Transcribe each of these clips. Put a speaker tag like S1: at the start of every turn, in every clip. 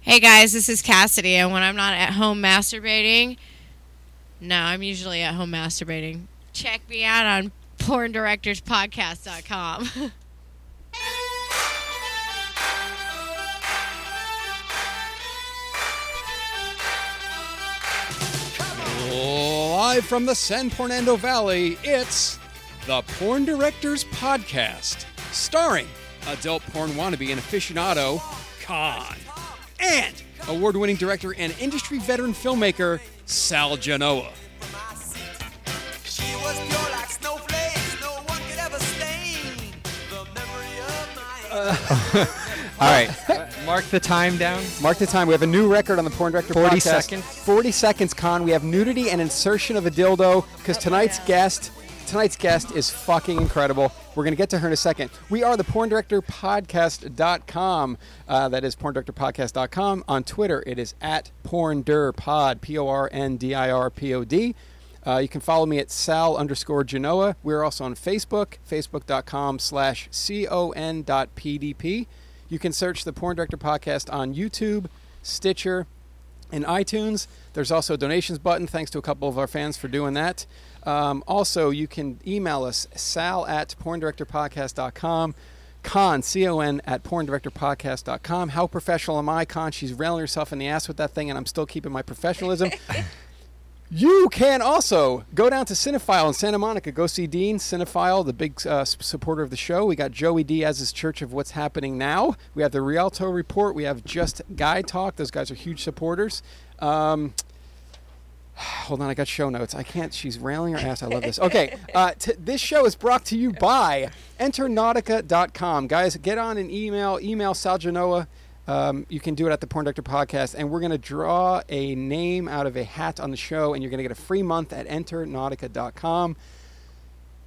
S1: Hey guys, this is Cassidy, and when I'm not at home masturbating, no, I'm usually at home masturbating. Check me out on porndirectorspodcast.com.
S2: Live from the San Fernando Valley, it's the Porn Directors Podcast, starring adult porn wannabe and aficionado Khan and award winning director and industry veteran filmmaker Sal Genoa.
S3: She was pure like snowflakes, no one could ever stain the memory of my.
S4: All right.
S5: Mark the time down.
S4: Mark the time. We have a new record on the Porn Director
S5: 40
S4: podcast.
S5: seconds?
S4: 40 seconds, Con. We have nudity and insertion of a dildo because tonight's guest, tonight's guest is fucking incredible. We're going to get to her in a second. We are the Porn Director Podcast.com. Uh, that is Porn Director Podcast.com. On Twitter, it is at PornDirPod, P O R N D I R P O D. Uh, you can follow me at sal underscore genoa. We're also on Facebook, facebook.com slash con dot pdp. You can search the Porn Director Podcast on YouTube, Stitcher, and iTunes. There's also a donations button. Thanks to a couple of our fans for doing that. Um, also, you can email us sal at porndirectorpodcast.com. Con, C-O-N, at porndirectorpodcast.com. How professional am I, Con? She's railing herself in the ass with that thing, and I'm still keeping my professionalism. You can also go down to Cinephile in Santa Monica. Go see Dean, Cinephile, the big uh, s- supporter of the show. We got Joey Diaz's Church of What's Happening Now. We have the Rialto Report. We have Just Guy Talk. Those guys are huge supporters. Um, hold on, I got show notes. I can't. She's railing her ass. I love this. Okay, uh, t- this show is brought to you by Enternautica.com. Guys, get on an email. Email Sal Genoa. Um, you can do it at the Porn Director Podcast, and we're going to draw a name out of a hat on the show, and you're going to get a free month at Enternautica.com.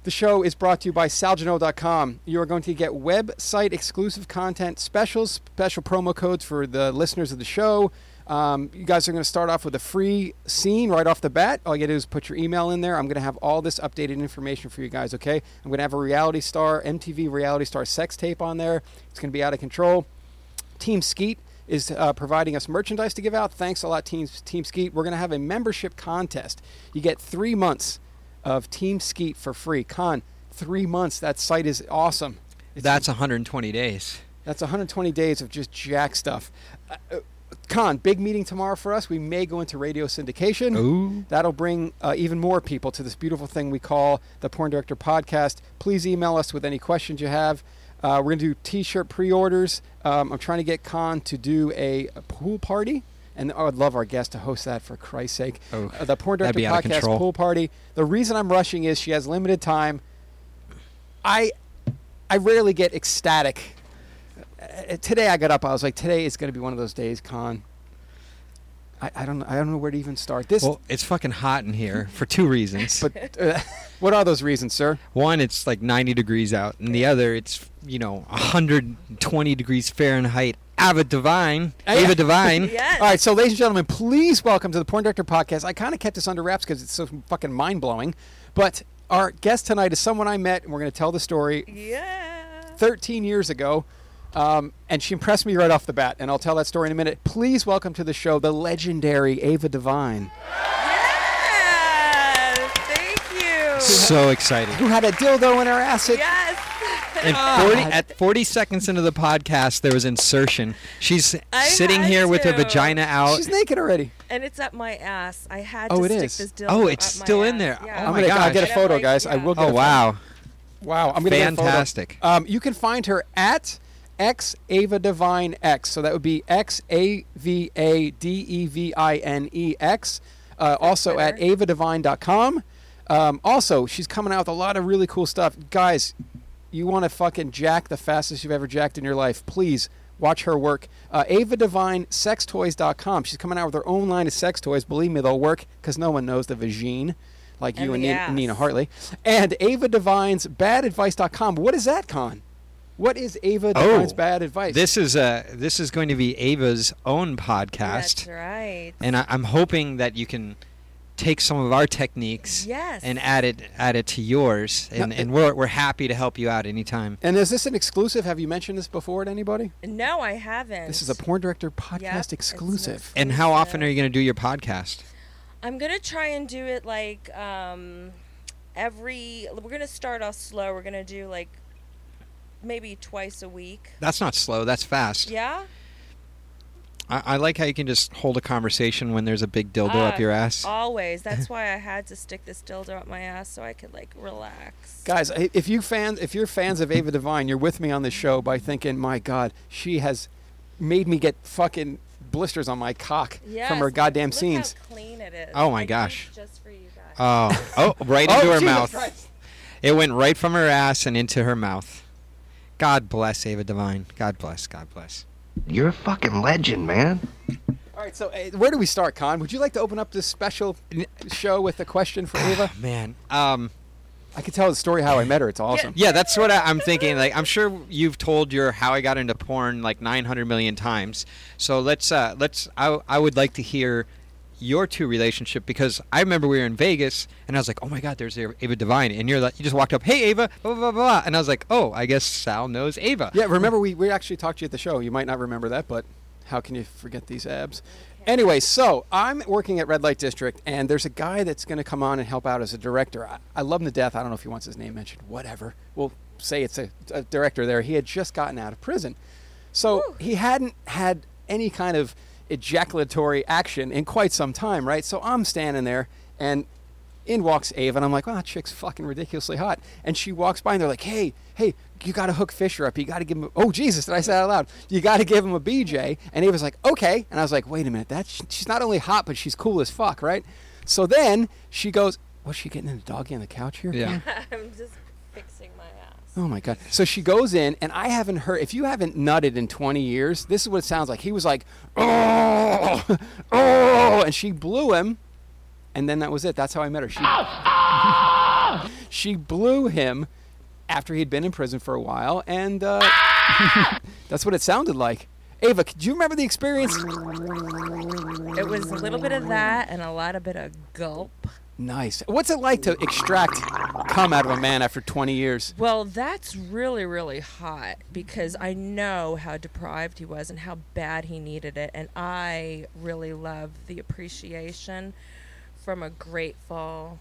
S4: The show is brought to you by Salgeno.com. You are going to get website exclusive content, specials, special promo codes for the listeners of the show. Um, you guys are going to start off with a free scene right off the bat. All you got to do is put your email in there. I'm going to have all this updated information for you guys, okay? I'm going to have a reality star, MTV reality star sex tape on there. It's going to be out of control. Team Skeet is uh, providing us merchandise to give out. Thanks a lot, Team, Team Skeet. We're going to have a membership contest. You get three months of Team Skeet for free. Con, three months. That site is awesome.
S5: That's 120 days.
S4: That's 120 days of just jack stuff. Uh, uh, Con, big meeting tomorrow for us. We may go into radio syndication.
S5: Ooh.
S4: That'll bring uh, even more people to this beautiful thing we call the Porn Director Podcast. Please email us with any questions you have. Uh, we're going to do t shirt pre orders. Um, I'm trying to get Con to do a, a pool party. And I would love our guest to host that for Christ's sake.
S5: Oh,
S4: Uh, the Porn
S5: that'd
S4: Director
S5: be out of
S4: Podcast
S5: control.
S4: pool party. The reason I'm rushing is she has limited time. I I rarely get ecstatic. Uh, Today I got up. I was like, today is going to be one of those days, Con. I, I don't I don't know where to even start. This,
S5: Well, it's fucking hot in here for two reasons.
S4: but uh, what are those reasons, sir?
S5: One, it's like 90 degrees out, and the other, it's you know 120 degrees Fahrenheit. Ava Divine,
S4: Hey.
S5: Ava Divine.
S6: Yes.
S4: All right, so ladies and gentlemen, please welcome to the Porn Director Podcast. I kind of kept this under wraps because it's so fucking mind blowing, but our guest tonight is someone I met, and we're going to tell the story
S6: Yeah.
S4: 13 years ago. Um, and she impressed me right off the bat, and I'll tell that story in a minute. Please welcome to the show the legendary Ava Divine,
S6: Yes. Thank you.
S5: So exciting.
S4: who had a dildo in her ass. It-
S6: Yes.
S5: And 40, at 40 seconds into the podcast, there was insertion. She's
S6: I
S5: sitting
S6: had
S5: here with her
S6: to.
S5: vagina out.
S4: She's naked already.
S6: And it's up my ass. I had
S4: Oh,
S6: to
S4: it
S6: stick
S4: is.
S6: this dildo
S5: Oh, it's
S6: up my
S5: still in
S6: ass.
S5: there.
S6: Yeah.
S5: Oh
S4: I'm
S5: my
S4: gonna, I'll
S5: gosh.
S4: get a
S6: And I'm
S4: photo,
S6: like,
S4: guys. I
S6: yeah.
S4: will get
S5: Oh
S4: a photo.
S5: wow!
S4: Wow, I'm gonna
S5: Fantastic.
S4: Get a photo. Um, you can find her at X Ava Divine X. So that would be X A V A D E V I N E X. Uh, also at avadivine.com. Um, also, she's coming out with a lot of really cool stuff, guys. You want to fucking jack the fastest you've ever jacked in your life? Please watch her work. Uh, AvaDivineSexToys.com. She's coming out with her own line of sex toys. Believe me, they'll work because no one knows the vagine like you and
S6: And the
S4: Nina, Nina
S6: ass.
S4: Hartley. And Ava Divine's badadvice.com. What is that, Con? What is Ava Divine's bad advice?
S5: Oh, This is a this is going to be Ava's own podcast,
S6: That's right.
S5: and I, I'm hoping that you can take some of our techniques
S6: Yes.
S5: and add it add it to yours. And,
S4: Now,
S5: and
S4: it-
S5: we're, we're happy to help you out anytime.
S4: And is this an exclusive? Have you mentioned this before to anybody?
S6: No, I haven't.
S4: This is a porn director podcast
S6: Yep, it's an
S4: exclusive.
S5: And how often are you going to do your podcast?
S6: I'm gonna try and do it like um, every. We're gonna start off slow. We're gonna do like maybe twice a week.
S5: That's not slow. That's fast.
S6: Yeah.
S5: I, I like how you can just hold a conversation when there's a big dildo up
S6: Ah,
S5: your ass.
S6: Always. That's why I had to stick this dildo up my ass so I could like relax.
S4: Guys, i- if you fan, if you're fans of Ava Devine, you're with me on this show by thinking, my God, she has made me get fucking blisters on my cock
S6: Yes,
S4: from her
S6: look-
S4: goddamn
S6: look how
S4: scenes.
S6: clean it is.
S5: Oh my
S6: I did
S5: gosh.
S6: Just for you guys.
S4: Uh,
S5: oh, oh, right into
S4: Oh,
S5: her
S4: Jesus
S5: mouth.
S4: Christ.
S5: It went right from her ass and into her mouth. God bless Ava Divine. God bless. God bless.
S7: You're a fucking legend, man.
S4: All right, so uh, where do we start, Con? Would you like to open up this special show with a question for Ava?
S5: Man, um,
S4: I could tell the story how I met her. It's awesome.
S5: yeah, that's what I, I'm thinking. Like, I'm sure you've told your how I got into porn like 900 million times. So let's uh, let's. I, I would like to hear your two relationship because I remember we were in Vegas and I was like, oh my god, there's Ava Divine, and you're like, you just walked up, hey Ava, blah blah blah, blah. and I was like, oh, I guess Sal knows Ava.
S4: Yeah, remember we, we actually talked to you at the show. You might not remember that, but how can you forget these abs? Anyway, so I'm working at Red Light District, and there's a guy that's going to come on and help out as a director. I, I love him to death. I don't know if he wants his name mentioned. Whatever. We'll say it's a, a director there. He had just gotten out of prison. So he hadn't had any kind of ejaculatory action in quite some time, right? So I'm standing there, and in walks Ava, and I'm like, wow, that chick's fucking ridiculously hot. And she walks by, and they're like, hey, hey, you got to hook Fisher up. You got to give him, a, oh, Jesus, did I say that out loud? You got to give him a BJ. And Ava's like, okay. And I was like, wait a minute, that she's not only hot, but she's cool as fuck, right? So then she goes, what's she getting in a doggy on the couch here?
S5: Yeah.
S6: I'm just fixing my ass.
S4: Oh my god! So she goes in, and I haven't heard. If you haven't nutted in 20 years, this is what it sounds like. He was like, oh, oh, and she blew him, and then that was it. That's how I met her. She, she blew him after he'd been in prison for a while, and uh, that's what it sounded like. Ava, do you remember the experience?
S6: It was a little bit of that and a lot of bit of gulp.
S4: Nice. What's it like to extract cum out of a man after 20 years?
S6: Well, that's really, really hot because I know how deprived he was and how bad he needed it. And I really love the appreciation from a grateful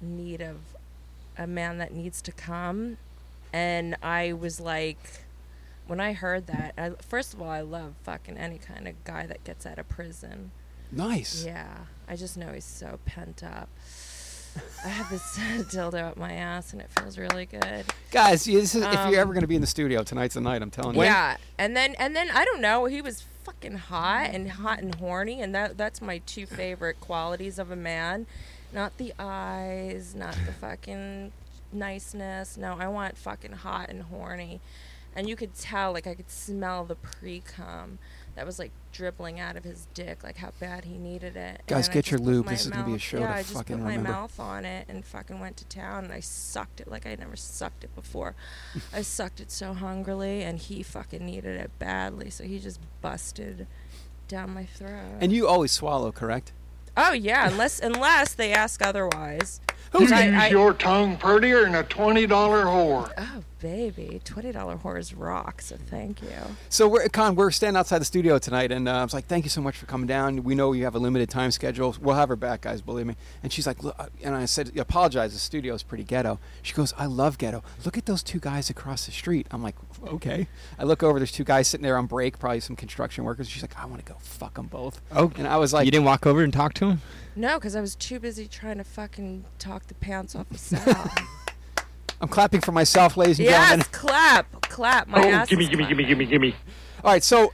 S6: need of a man that needs to come. And I was like, when I heard that, I, first of all, I love fucking any kind of guy that gets out of prison.
S4: Nice.
S6: Yeah, I just know he's so pent up. I have this dildo up my ass and it feels really good.
S4: Guys, this is, if
S6: Um,
S4: you're ever going to be in the studio, tonight's the night. I'm telling you.
S6: Yeah, and then and then I don't know. He was fucking hot and hot and horny, and that that's my two favorite qualities of a man. Not the eyes, not the fucking niceness. No, I want fucking hot and horny. And you could tell, like I could smell the pre cum that was like dribbling out of his dick, like how bad he needed it. And
S4: Guys,
S6: I
S4: get
S6: just
S4: your
S6: put
S4: lube.
S6: my
S4: This is gonna be a
S6: mouth-
S4: show
S6: yeah,
S4: to
S6: I just
S4: fucking
S6: put
S4: remember.
S6: my mouth on it and fucking went to town, and I sucked it like I never sucked it before. I sucked it so hungrily, and he fucking needed it badly, so he just busted down my throat.
S4: And you always swallow, correct?
S6: oh yeah, unless unless they ask otherwise.
S4: Who's
S6: I- I-
S7: tongue prettier than a $20 whore.
S6: oh baby, twenty dollar whores rock. So thank you.
S4: So we're Con, we're standing outside the studio tonight, and uh, I was like, "Thank you so much for coming down. We know you have a limited time schedule. We'll have her back, guys. Believe me." And she's like, "Look," uh, and I said, "Apologize. The studio is pretty ghetto." She goes, "I love ghetto. Look at those two guys across the street." I'm like, "Okay." I look over. There's two guys sitting there on break, probably some construction workers. She's like, "I want to go fuck them both."
S5: Oh,
S4: and I was like,
S5: you didn't walk over and talk to him?
S6: No, because I was too busy trying to fucking talk the pants off the Sal.
S4: "I'm clapping for myself, ladies and gentlemen."
S6: yes, clap, clap. My ass. is clapping.
S7: Oh, gimme.
S4: All right, so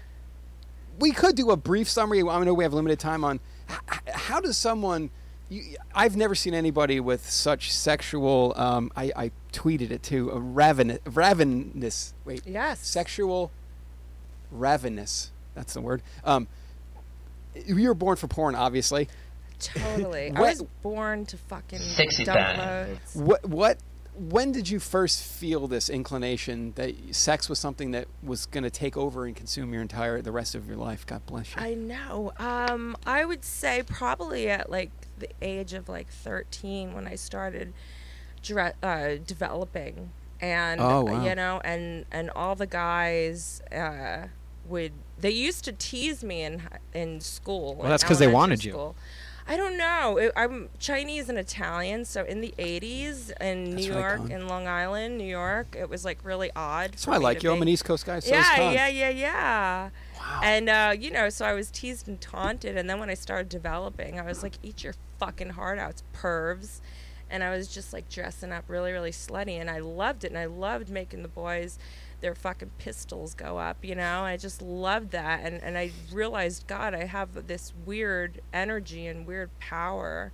S4: we could do a brief summary. I know we have limited time on h- h- how does someone. You, I've never seen anybody with such sexual. Um, I, I tweeted it too. A raven, ravenous. Wait.
S6: Yes.
S4: Sexual ravenous. That's the word. Um, you were born for porn, obviously.
S6: Totally. I
S4: What-
S6: was born to fucking
S8: Sexy
S6: dump
S8: time.
S6: loads.
S4: What what when did you first feel this inclination that sex was something that was going to take over and consume your entire the rest of your life? God bless you.
S6: I know. Um, I would say probably at like the age of like 13 when I started dre- uh, developing, and uh,
S4: Oh, wow.
S6: you know, and and all the guys uh, would they used to tease me in hi- in school.
S5: Well,
S6: in
S5: that's 'cause they
S6: elementary
S5: wanted you.
S6: school. I don't know. It- I'm Chinese and Italian, so in the 80s in
S4: That's
S6: New
S4: right,
S6: York,
S4: Con.
S6: in Long Island, New York, it was like really odd.
S4: That's
S6: for
S4: why I
S6: me
S4: like
S6: to
S4: you. I'm
S6: be-
S4: an East Coast guy. So is
S6: yeah,
S4: Tom.
S6: yeah, yeah, yeah.
S4: Wow.
S6: And uh, you know, so I was teased and taunted, and then when I started developing, I was like, "Eat your fucking heart out, pervs," and I was just like dressing up really, really slutty, and I loved it, and I loved making the boys their fucking pistols go up, you know. I just loved that, and and I realized, God, I have this weird energy and weird power,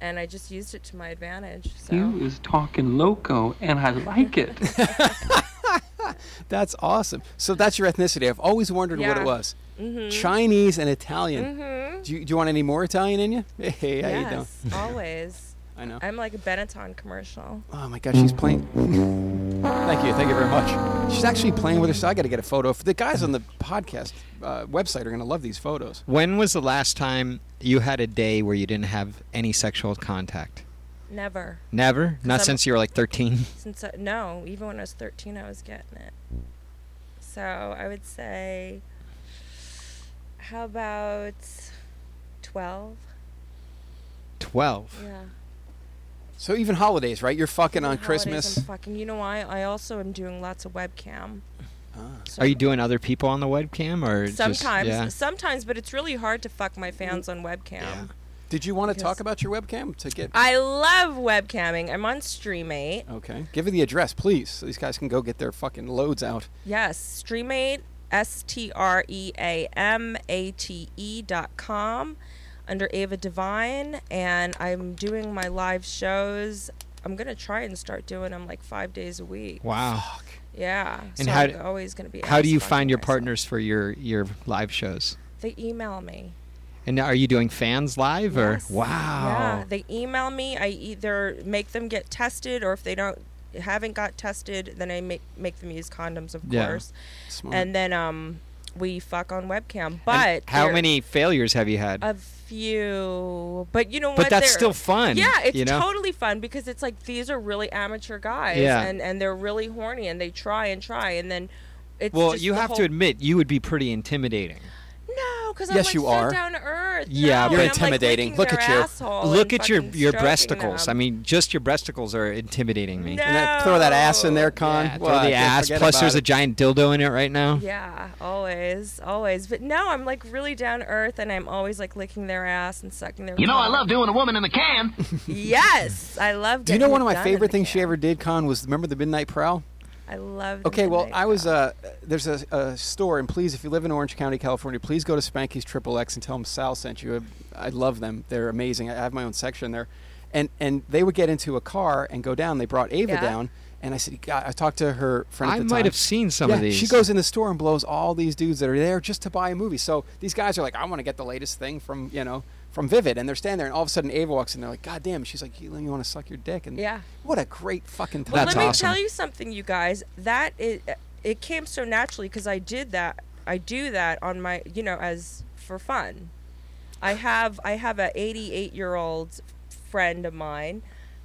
S6: and I just used it to my advantage. So.
S4: Mm.
S8: You is talking loco, and I like it.
S4: That's awesome. So that's your ethnicity. I've always wondered what it
S6: Yeah. Mm-hmm.
S4: was. Chinese and Italian. Do, you, do you want any more Italian in you? Hey, how you doing?
S6: Yes, always.
S4: I know.
S6: I'm like a Benetton commercial.
S4: Oh my God, she's playing. thank you, thank you very much. She's actually playing with her. So I got to get a photo. The guys on the podcast uh, website are going to love these photos.
S5: When was the last time you had a day where you didn't have any sexual contact?
S6: Never.
S5: Never? Not
S6: I'm-
S5: since you were like 13?
S6: since I, no, even when I was 13, I was getting it. So I would say, how about 12?
S5: 12.
S6: Yeah.
S4: So even holidays, right? You're fucking on
S6: Holidays,
S4: Christmas.
S6: I'm fucking. You know why? I also am doing lots of webcam.
S5: Are you doing other people on the webcam or just-
S6: Sometimes,
S5: yeah.
S6: sometimes, but it's really hard to fuck my fans on webcam.
S4: Did you want to
S6: Because-
S4: talk about your webcam to get?
S6: I love webcamming. I'm on Streamate.
S4: Okay, give her the address, please, so these guys can go get their fucking loads out.
S6: Yes, Streamate, S T R E A M A T E dot com, under Ava Divine, and I'm doing my live shows. I'm gonna try and start doing them like five days a week.
S5: Wow.
S6: Yeah,
S5: And
S6: so
S5: how
S6: I'm
S5: d-
S6: always gonna be.
S5: How do you
S6: ass-fucking
S5: find your
S6: myself.
S5: partners for your your live shows?
S6: They email me.
S5: And now, are you doing fans live or
S6: Yes.
S5: wow?
S6: Yeah, they email me. I either make them get tested, or if they don't haven't got tested, then I make make them use condoms, of
S5: Yeah.
S6: course.
S4: Smart.
S6: And then um, we fuck on webcam.
S5: And
S6: But
S5: how
S6: they're-
S5: many failures have you had?
S6: A few, but you know what?
S5: but that's
S6: They're-
S5: still fun.
S6: Yeah, it's
S5: you know?
S6: totally fun because it's like these are really amateur guys,
S5: Yeah.
S6: and and they're really horny, and they try and try, and then it's
S5: Well,
S6: just
S5: you
S6: the
S5: have to
S6: whole-
S5: admit you would be pretty intimidating.
S6: no, because I'm
S4: Yes,
S6: like
S4: you
S6: so
S4: are.
S6: down to earth.
S5: Yeah,
S6: no,
S5: You're
S6: and I'm, like,
S4: intimidating.
S6: licking
S4: Look
S6: their
S4: at you.
S6: asshole
S5: Look
S6: and
S5: at your
S6: fucking
S5: your
S6: stroking
S5: breasticles. I
S6: them.
S5: mean, just your breasticles are intimidating me.
S6: No.
S4: And that, throw that ass in there, con.
S5: Yeah, throw
S4: Well,
S5: the
S4: I can't
S5: ass.
S4: forget
S5: Plus,
S4: about
S5: there's
S4: it.
S5: a giant dildo in it right now.
S6: Yeah, always, always. But no, I'm like really down to earth, and I'm always like licking their ass and sucking their.
S9: You know, I
S6: cock.
S9: love doing a woman in the can.
S6: Yes, I love.
S4: Do you know
S6: getting
S4: one of
S6: it
S4: my
S6: done in
S4: favorite
S6: the
S4: things she
S6: can.
S4: ever did, Con, was remember the Midnight Prowl?
S6: I love.
S4: Okay, well, I was
S6: uh
S4: uh, there's a, a store, and please, if you live in Orange County, California, please go to Spanky's Triple X and tell them Sal sent you. I love them; they're amazing. I have my own section there, and and they would get into a car and go down. They brought Ava
S6: Yeah.
S4: down, and I said, God, I talked to her friend. At
S5: I
S4: the
S5: might
S4: time.
S5: have seen some
S4: yeah,
S5: of these.
S4: She goes in the store and blows all these dudes that are there just to buy a movie. So these guys are like, I want to get the latest thing from you know. From Vivid, and they're standing there, and all of a sudden Ava walks in. They're like, "God damn!" She's like, "You, you want to suck your dick?" And
S6: Yeah.
S4: what a great fucking time!
S6: Well,
S5: That's
S6: let me
S5: awesome.
S6: tell you something, you guys. That it it came so naturally because I did that. I do that on my, you know, as for fun. I have I have a 88 year old friend of mine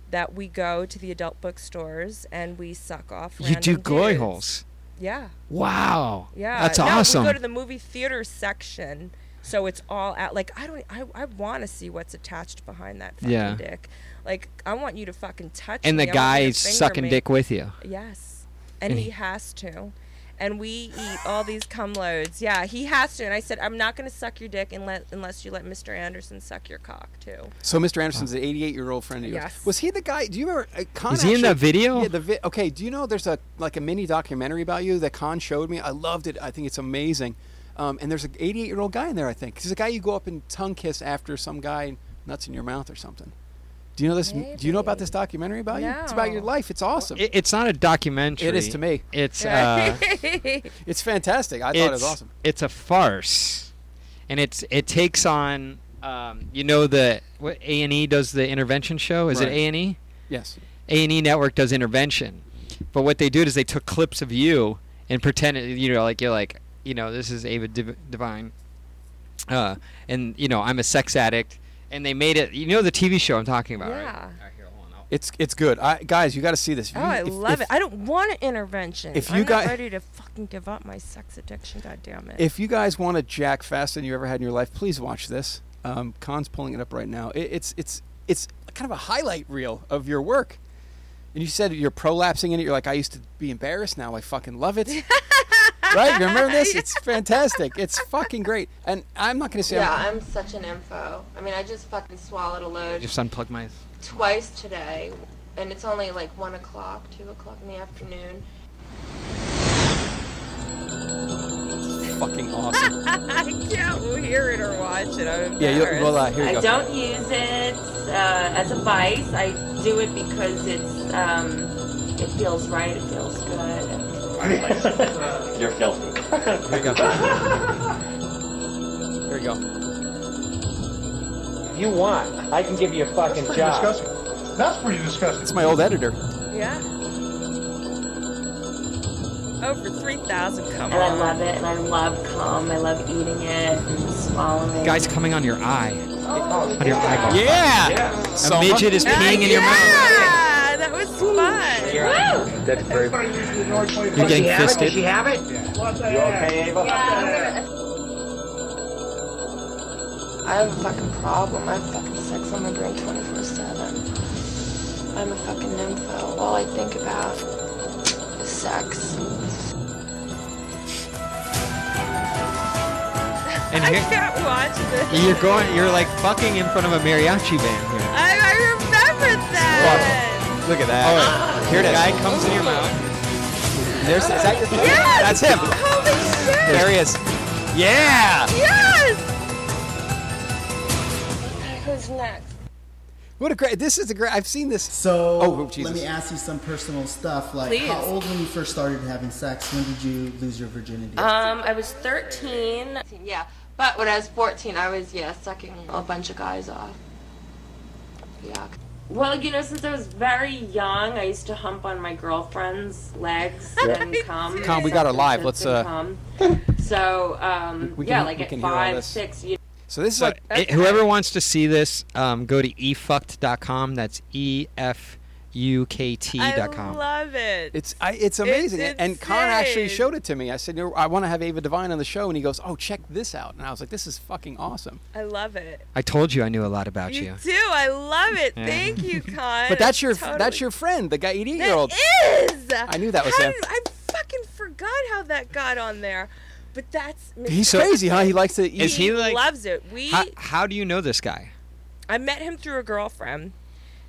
S6: that we go to the adult bookstores and we suck off.
S5: You do
S6: random
S5: glory
S6: dudes.
S5: holes.
S6: Yeah,
S5: Wow.
S6: yeah.
S5: That's
S6: No,
S5: awesome.
S6: We go to the movie theater section. So it's all out. Like I don't. I, I want to see what's attached behind that fucking
S5: Yeah.
S6: dick. Like I want you to fucking touch.
S5: and the
S6: me. I want you
S5: guy's
S6: to finger
S5: sucking
S6: me.
S5: dick with you.
S6: Yes. And he has to. And we eat all these cum loads. Yeah, he has to. And I said, I'm not going to suck your dick unless, unless you let Mr. Anderson suck your cock, too.
S4: So Mr. Anderson's an 88 year old friend of yours.
S6: Yes.
S4: Was he the guy? Do you remember? Uh, Con
S5: Is he in
S4: actually-
S5: that video?
S4: Yeah. The vi- okay. Do you know there's a like a mini documentary about you that Con showed me? I loved it. I think it's amazing. Um, and there's an 88 year old guy in there. I think he's a guy you go up and tongue kiss after some guy nuts in your mouth or something. Do you know this? Do you know about this documentary about you? It's about your
S6: No.
S4: life. It's awesome.
S5: It, it's not a documentary.
S4: It is to me.
S5: It's uh,
S4: it's fantastic. I thought
S5: it's
S4: it was awesome.
S5: it's a farce, and it's it takes on um, you know the what A and E does the intervention show. Is
S4: Right.
S5: it A and E?
S4: Yes.
S5: A&E Network does intervention. But what they did is they took clips of you and pretended, you know, like you're like, you know, this is Ava Div- Divine, uh, and you know, I'm a sex addict, and they made it. You know the TV show I'm talking about, right?
S6: Yeah.
S5: All right, here, hold on, I'll-
S4: It's it's good. I, guys, you got to see this.
S6: Oh, I love it. I don't want an intervention.
S4: if
S6: I'm
S4: you
S6: not
S4: got-
S6: ready to fucking give up my sex addiction. God damn it.
S4: if you guys want a Jack Fasten you ever had in your life, please watch this. Um, Khan's pulling it up right now. It, it's it's it's kind of a highlight reel of your work. And you said you're prolapsing in it. You're like, I used to be embarrassed. Now I fucking love it. right? You remember this? It's fantastic. It's fucking great. And I'm not going to say.
S9: Yeah,
S4: I'm,
S9: I'm such an info. I mean, I just fucking swallowed a load
S5: just unplug my.
S9: twice today, and it's only like one o'clock, two o'clock in the afternoon.
S4: fucking awesome.
S6: I can't hear it or watch it. I'm
S4: Yeah. You,
S6: embarrassed.
S4: well, uh, here you
S9: I
S4: go.
S9: don't use it uh, as a vice. I do it because it's um, it feels right. It feels good.
S10: Your filth.
S4: Here you go. Here you go.
S10: You want? I can give you a fucking job.
S7: That's pretty disgusting.
S4: It's my old editor.
S6: Yeah. Over 3,000 come
S9: And I
S6: on.
S9: love it. And I love cum. I love eating it and swallowing.
S5: Guys, coming on your eye,
S9: Oh.
S5: on your eyeball.
S4: Yeah.
S5: A midget is
S6: Ah,
S5: peeing in your mouth.
S6: yeah, that was fun.
S10: That's very.
S5: You're getting fisted.
S10: have it? You okay, Ava?
S9: I have a fucking problem. I have fucking sex on my brain 24-7. I'm a fucking nympho. All I think about is sex.
S5: And
S6: I
S5: here,
S6: can't watch this.
S5: you're going. You're like fucking in front of a mariachi band here.
S6: I, I remembered that.
S4: Look at that.
S5: Here the guy comes in your mouth.
S4: Oh, There's, is that your That's
S6: Yes!
S4: him.
S6: Holy shit!
S4: There he is. Yeah.
S6: Yes!
S9: Who's next?
S4: What a great! This is a great. I've seen this.
S11: So
S4: Oh, Jesus.
S11: let me ask you some personal stuff. Like,
S6: Please.
S11: how old when you first started having sex? When did you lose your virginity?
S9: Um, I was 13. Yeah, but when I was 14, I was, yeah, sucking a bunch of guys off. Yeah. Well, you know, since I was very young, I used to hump on my girlfriend's legs and cum.
S4: Come, we got her live. Let's,
S9: And
S4: uh,
S9: cum. So, um,
S4: we
S9: yeah,
S4: can-
S9: like
S4: we
S9: at
S4: can hear all
S9: five,
S4: this.
S9: six, you
S4: So this is
S5: So
S4: like
S5: it, whoever wants to see this, um, go to efucked.com. That's e f u k t
S6: I
S4: E
S5: dot com.
S6: love it.
S4: it's I, it's amazing.
S6: It's
S4: and Khan actually
S6: insane.
S4: showed it to me. I said, you know, I want to have Ava Divine on the show, and he goes, "Oh, check this out." And I was like, "This is fucking awesome."
S6: I love it.
S5: I told you I knew a lot about
S6: You
S5: you.
S6: do. I love it.
S5: Yeah.
S6: Thank you, Con.
S4: But that's your
S6: Totally.
S4: that's your friend, the guy eighteen year
S6: That
S4: old.
S6: is.
S4: I knew that was
S6: How
S4: him.
S6: did- I fucking forgot how that got on there, but that's
S4: He's crazy, huh? He likes to eat.
S5: Is he like?
S6: loves it. We
S5: How, how do you know this guy?
S6: I met him through a girlfriend,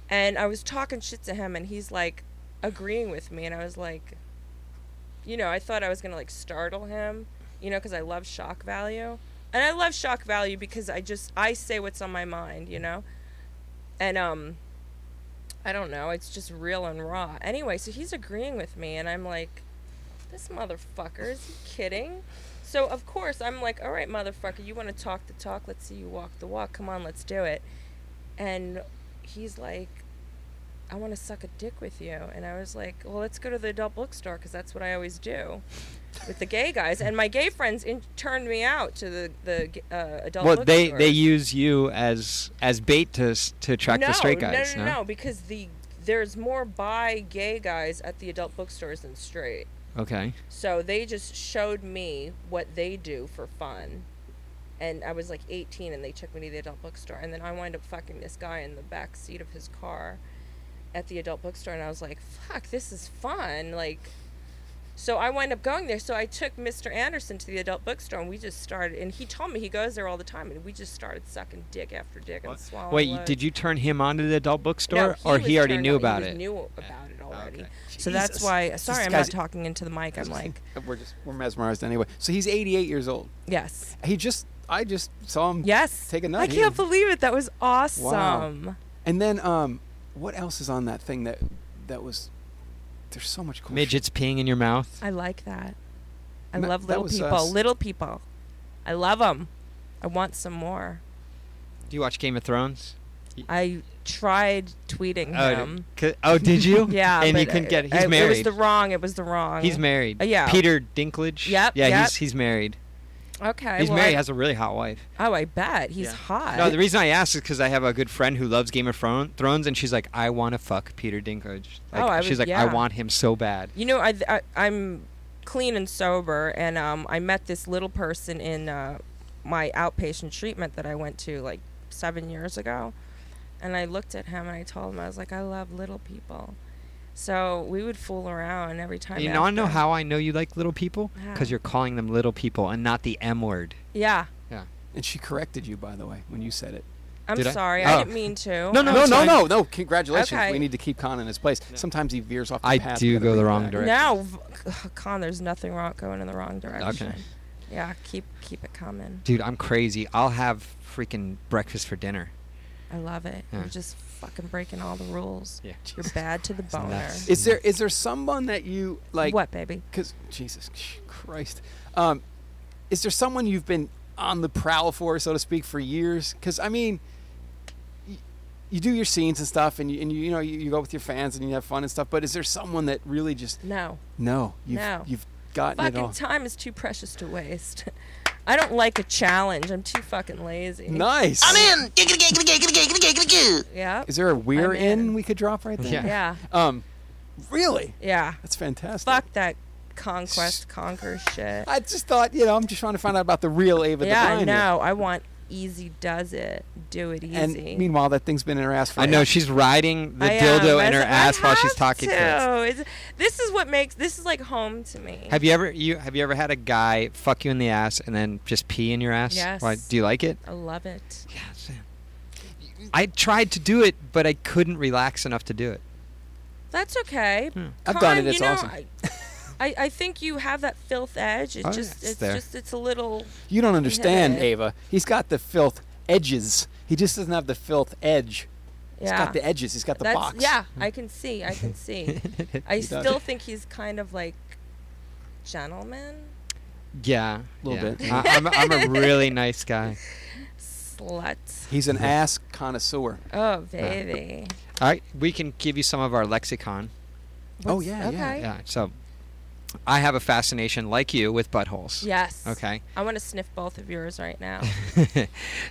S6: and I was talking shit to him, and he's like agreeing with me, and I was like, you know, I thought I was gonna like startle him, you know, because I love shock value, and I love shock value because I just I say what's on my mind, you know, and um, I don't know, it's just real and raw. Anyway, so he's agreeing with me, and I'm like, this motherfucker is he kidding? So of course I'm like, all right, motherfucker, you want to talk the talk? Let's see you walk the walk. Come on, let's do it. And he's like, I want to suck a dick with you. And I was like, well, let's go to the adult bookstore because that's what I always do with the gay guys. And my gay friends in- turned me out to the the g- uh, adult.
S5: Well, they
S6: bookstores.
S5: they use you as as bait to s- to attract
S6: no,
S5: the straight guys.
S6: No, no, no, because the there's more bi gay guys at the adult bookstores than straight.
S5: Okay.
S6: So they just showed me what they do for fun. And I was like 18 and they took me to the adult bookstore. And then I wind up fucking this guy in the back seat of his car at the adult bookstore. And I was like, fuck, this is fun. Like, so I wind up going there. So I took Mr. Anderson to the adult bookstore and we just started. And he told me he goes there all the time. And we just started sucking dick after dick and swallowing.
S5: Wait, you- did you turn him onto the adult
S6: No,
S5: bookstore, or
S6: was
S5: he already
S6: turned
S5: knew
S6: on-
S5: about
S6: he was
S5: it?
S6: knew about it already.
S5: Okay.
S6: So that's
S4: Jesus.
S6: why, sorry, I'm
S4: guy's-
S6: not talking into the mic. I'm like,
S4: Uh, We're just we're mesmerized anyway. So he's eighty eight years old.
S6: yes.
S4: He just I just saw him.
S6: Yes.
S4: Take a nut.
S6: I
S4: He-
S6: can't believe it. That was awesome.
S4: And then um, what else is on that thing that that was? There's so much cool. shit.
S5: Midgets peeing in your mouth.
S6: I like that. I
S4: No,
S6: love
S4: that
S6: little
S4: was
S6: people.
S4: us.
S6: Little people. I love them. I want some more.
S5: Do you watch Game of Thrones?
S6: I tried tweeting
S5: Oh,
S6: him.
S5: d- c- oh, did you?
S6: yeah.
S5: And you
S6: but uh,
S5: couldn't get-
S6: I-
S5: he's
S6: I- It was
S5: married.
S6: the wrong. It was the wrong.
S5: He's married.
S6: Uh, yeah.
S5: Peter Dinklage.
S6: Yep,
S5: Yeah,
S6: yep.
S5: he's he's married.
S6: Okay.
S5: he's
S6: well,
S5: married.
S6: I-
S5: Has a really hot wife.
S6: oh, I bet he's hot.
S5: No, the reason I asked is because I have a good friend who loves Game of Thron- Thrones, and she's like, I want to fuck Peter Dinklage. Like,
S6: Oh, I
S5: she's
S6: would-
S5: like, I
S6: yeah.
S5: want him so bad.
S6: You know, I, I I'm clean and sober, and um, I met this little person in uh, my outpatient treatment that I went to like seven years ago, and I looked at him and I told him I was like, I love little people, so we would fool around every time.
S5: you know, I know
S6: after.
S5: how I know you like little people because
S6: How?
S5: you're calling them little people and not the M word.
S6: Yeah,
S5: Yeah.
S4: And she corrected you, by the way, when you said it.
S6: I'm
S5: Did I?
S6: sorry, I?
S5: Oh.
S6: didn't mean
S4: No,
S6: to.
S4: no,
S6: I'm
S4: no, no,
S6: sorry.
S4: no, no. Congratulations.
S6: Okay.
S4: We need to keep Con in his place. Sometimes he veers off the
S5: I
S4: path.
S5: do
S4: gotta
S5: go the
S4: read
S5: wrong
S4: back.
S5: direction.
S6: Now, v- Con, there's nothing wrong going in the wrong direction. Yeah, keep keep it coming.
S5: Dude, I'm crazy. I'll have freaking breakfast for dinner.
S6: I love it.
S5: Yeah.
S6: You're just fucking breaking all the rules.
S5: Yeah.
S6: You're bad to the boner.
S5: nuts.
S4: Is there is there someone that you like?
S6: What, baby?
S4: Because Jesus Christ, um, is there someone you've been on the prowl for, so to speak, for years? Because I mean, y- you do your scenes and stuff, and you, and you, you know you, you go with your fans and you have fun and stuff. But is there someone that really just
S6: No.
S4: no you've
S6: No.
S4: you've gotten it all?
S6: Fucking time is too precious to waste. I don't like a challenge. I'm too fucking lazy.
S4: nice. I'm in.
S6: Yeah.
S4: Is there a we're
S6: I'm
S4: in. we could drop right there?
S5: Yeah.
S6: Yeah.
S4: Um, really?
S6: Yeah.
S4: That's fantastic.
S6: Fuck that conquest conquer shit.
S4: I just thought, you know, I'm just trying to find out about the real Ava
S6: yeah,
S4: the
S6: I
S4: Blind here.
S6: know. I want easy does it. Do it easy.
S4: And meanwhile, that thing's been in her ass for
S5: I know she's riding the
S6: I am.
S5: dildo in
S6: I
S5: her
S6: said, I
S5: ass while she's
S6: have
S5: talking to us.
S6: to. It's- This is what makes this is like home to me.
S5: Have you ever you have you ever had a guy fuck you in the ass and then just pee in your ass?
S6: Yes.
S5: Why, do you like it?
S6: I love it.
S5: Yes. I tried to do it, but I couldn't relax enough to do it.
S6: That's okay.
S5: Hmm.
S4: I've done
S6: Con,
S4: it, it's
S6: you know,
S4: awesome.
S6: I, I, I think you have that filth edge. It's
S5: Oh, yeah,
S6: just
S5: it's
S6: it's
S5: there.
S6: just it's a little
S4: You don't understand,
S6: Yeah.
S4: Ava. He's got the filth edges. He just doesn't have the filth edge.
S6: yeah.
S4: He's got the edges. He's got the
S6: That's,
S4: box.
S6: Yeah, I can see. I can see. I
S4: does.
S6: still think he's kind of like gentleman
S5: Yeah, a
S4: Little bit.
S5: I, I'm, I'm a really nice guy.
S6: slut.
S4: He's an ass connoisseur.
S6: Oh baby.
S5: All right, we can give you some of our lexicon.
S4: oh
S6: What's-
S4: yeah, yeah.
S6: okay.
S5: Yeah. So, I have a fascination like you with buttholes.
S6: Yes.
S5: Okay.
S6: I want to sniff both of yours right now.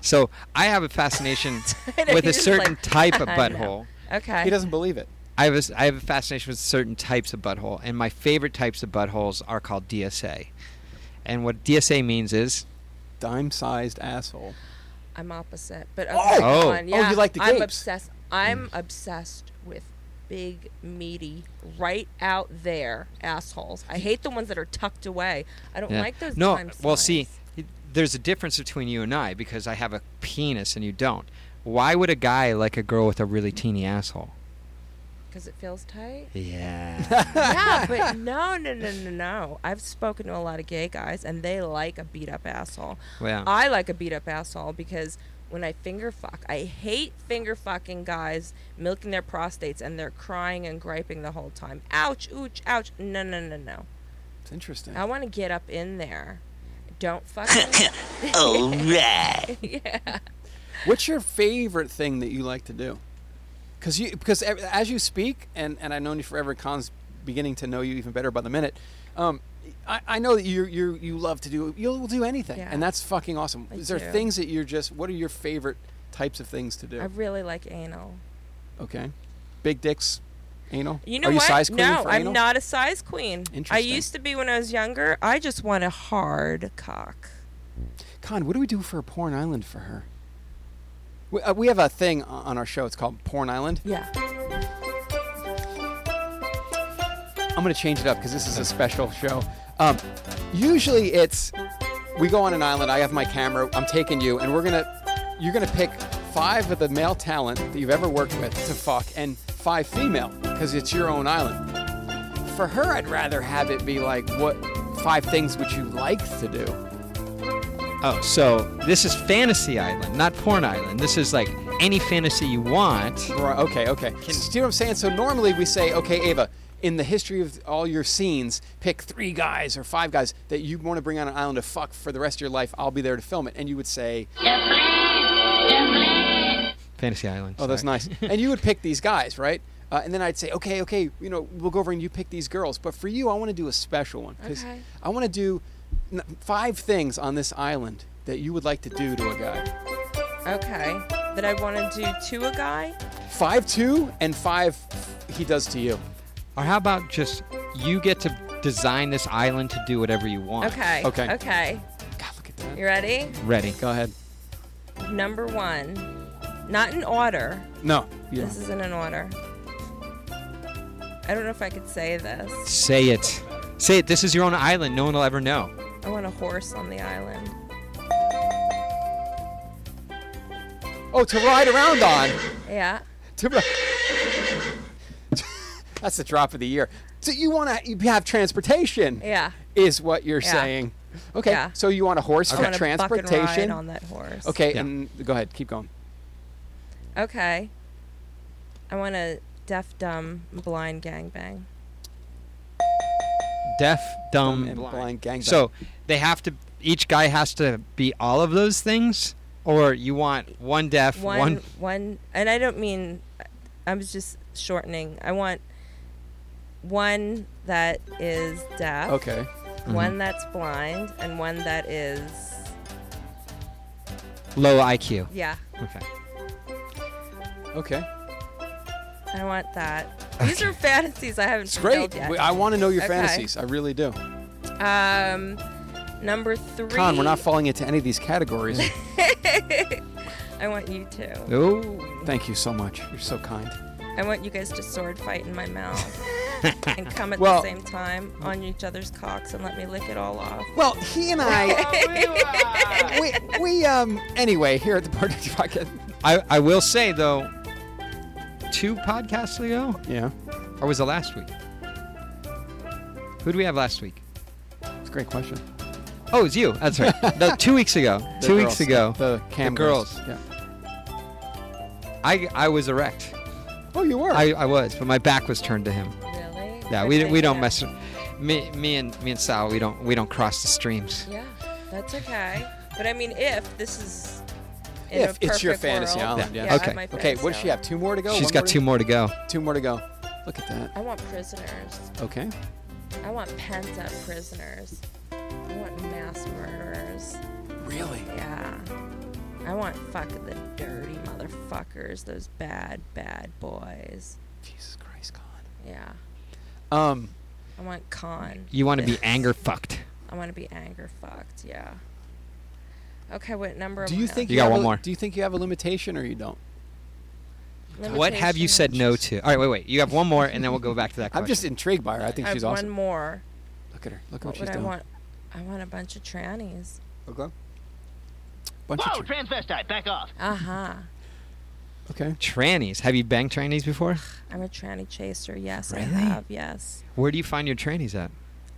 S5: so I have a fascination
S6: I know,
S5: with a
S6: you're just
S5: certain
S6: like,
S5: type of
S6: no.
S5: butthole.
S6: Okay.
S4: He doesn't believe it.
S5: I have a s I have a fascination with certain types of butthole, and my favorite types of buttholes are called DSA. And what DSA means is
S4: Dime-sized asshole.
S6: I'm opposite, but okay,
S4: Oh!
S6: go
S5: Oh.
S6: on,
S4: Oh, you
S6: yeah.
S4: like the Mm.
S6: I'm
S4: gapes.
S6: obsessed. I'm obsessed with big, meaty, right out there assholes. I hate the ones that are tucked away. I don't
S5: Yeah.
S6: like those.
S5: No,
S6: dime
S5: well,
S6: size.
S5: see, it- there's a difference between you and I because I have a penis and you don't. Why would a guy like a girl with a really teeny asshole?
S6: because it feels tight.
S5: Yeah.
S6: yeah, but no, no, no, no, no. I've spoken to a lot of gay guys, and they like a beat up asshole.
S5: Well,
S4: Oh.
S6: I like a beat up asshole because when I finger fuck, I hate finger fucking guys milking their prostates and they're crying and griping the whole time. Ouch, ouch, ouch. No, no, no, no.
S4: It's interesting.
S6: I want to get up in there. Don't fucking.
S3: All right.
S6: yeah.
S4: What's your favorite thing that you like to do? Because you, because ev- as you speak, and and I've known you forever, Con's beginning to know you even better by the minute. Um, I, I know that you you you love to do you'll do anything,
S6: Yeah.
S4: and that's fucking awesome.
S6: I
S4: Is there
S6: do.
S4: things that you're just? What are your favorite types of things to do?
S6: I really like anal.
S4: okay, big dicks, anal.
S6: You know
S4: are you
S6: what?
S4: size queen
S6: no,
S4: for
S6: I'm
S4: anal?
S6: not a size queen. I
S4: Interesting.
S6: used to be when I was younger. I just want a hard cock.
S4: Con, what do we do for a porn island for her? We, uh, we have a thing o- on our show. It's called Porn Island.
S6: Yeah.
S4: I'm going to change it up because this is a special show. Um, usually it's we go on an island. I have my camera. I'm taking you, and we're gonna you're gonna pick five of the male talent that you've ever worked with to fuck, and five female because it's your own island. For her, I'd rather have it be like what five things would you like to do?
S5: oh, so this is Fantasy Island, not Porn Island. This is like any fantasy you want.
S4: Right, okay, okay. Do you know what I'm saying? So normally we say, okay, Ava, in the history of all your scenes, pick three guys or five guys that you want to bring on an island to fuck for the rest of your life. I'll be there to film it. And you would say,
S5: Fantasy Island.
S4: Oh, that's
S5: sorry.
S4: nice. and you would pick these guys, right? Uh, and then I'd say, okay, okay, you know, we'll go over and you pick these girls. But for you, I want to do a special one because
S6: Okay.
S4: I want to do n- five things on this island that you would like to do to a guy.
S6: Okay. That I want to do to a guy?
S4: Five two and five he does to you.
S5: Or how about just you get to design this island to do whatever you want?
S6: Okay. Okay. Okay. You ready?
S5: Ready.
S4: Go ahead.
S6: Number one. Not in order.
S4: No. Yeah.
S6: This isn't in order. I don't know if I could say this.
S5: Say it. Say it. This is your own island. No one will ever know.
S6: I want a horse on the island.
S4: Oh, to ride around on.
S6: Yeah.
S4: To ri- that's the drop of the year. So you want to you have transportation.
S6: Yeah.
S4: Is what you're
S6: Yeah.
S4: saying. Okay.
S6: Yeah.
S4: So you want a horse
S6: I
S4: for
S6: want a buck and ride
S4: transportation.
S6: on that horse.
S4: Okay.
S6: Yeah.
S4: And go ahead. Keep going.
S6: Okay. I want a deaf, dumb, blind gangbang.
S5: Deaf, dumb,
S4: and blind gangbang.
S5: So they have to. Each guy has to be all of those things, or you want one deaf,
S6: One,
S5: one.
S6: one, and I don't mean. I was just shortening. I want one that is deaf.
S4: Okay. Mm-hmm.
S6: One that's blind, and one that is
S5: low IQ.
S6: yeah.
S5: Okay.
S4: Okay.
S6: I want that. These are fantasies I haven't
S4: It's
S6: fulfilled
S4: great.
S6: yet.
S4: We- I want to know your
S6: Okay.
S4: fantasies. I really do.
S6: Um, number three.
S4: Con, we're not falling into any of these categories.
S6: I want you to.
S4: oh. Thank you so much. You're so kind.
S6: I want you guys to sword fight in my mouth and come at
S4: Well-
S6: the same time on each other's cocks and let me lick it all off.
S4: Well, he and I, we, we, um, anyway, here at the Partner Podcast.
S5: I, I will say though, two podcasts ago,
S4: Yeah.
S5: or was it last week? Who do we have last week?
S4: It's a great question.
S5: Oh, it's you. That's right. no, two weeks ago.
S4: The
S5: two
S4: girls,
S5: weeks ago.
S4: The cam
S5: girls.
S4: Yeah.
S5: I I was erect.
S4: Oh, you were.
S5: I, I was, but my back was turned to him.
S6: Really?
S5: Yeah,
S6: Good
S5: we,
S6: thing
S5: we don't
S6: that-
S5: mess. Me me and me and Sal, we don't we don't cross the streams.
S6: Yeah, that's okay. But I mean, if this is. In
S4: If
S6: a
S4: it's your
S6: perfect
S4: fantasy
S6: world,
S4: island, yeah.
S6: I have
S5: Okay.
S6: my
S4: Okay,
S6: fantasy
S4: what does she have? Two more to go?
S5: She's
S4: One
S5: got
S4: more to-
S5: two more to go.
S4: Two more to go. Look at that.
S6: I want prisoners.
S4: Okay.
S6: I want pent up prisoners. I want mass murderers.
S4: Really?
S6: Yeah. I want fuck the dirty motherfuckers, those bad, bad boys.
S4: Jesus Christ, Con.
S6: Yeah.
S4: Um,
S6: I want con.
S5: You want to be
S6: bitch.
S5: anger fucked.
S6: I want to be anger fucked, yeah. Okay, what number
S4: do
S6: am
S4: you
S6: I
S4: think
S6: on?
S5: You got
S4: have
S5: one
S4: a-
S5: more.
S4: Do you think you have a limitation or you don't?
S5: What have you
S6: Limitations.
S5: said no to? All right, wait, wait. You have one more, and then we'll go back to that. Question.
S4: I'm just intrigued by her. I think
S6: I have
S4: she's
S6: one
S4: awesome.
S6: more.
S4: Look at her. Look at what
S6: What
S4: she's
S6: would I
S4: doing.
S6: want? I want a bunch of trannies.
S4: Okay. Bunch
S12: Whoa,
S4: of tr-
S12: transvestite, back off.
S6: Uh huh.
S4: okay.
S5: trannies. Have you banged trannies before?
S6: I'm a tranny chaser. Yes, I
S5: Really?
S6: have. Yes.
S5: Where do you find your trannies at?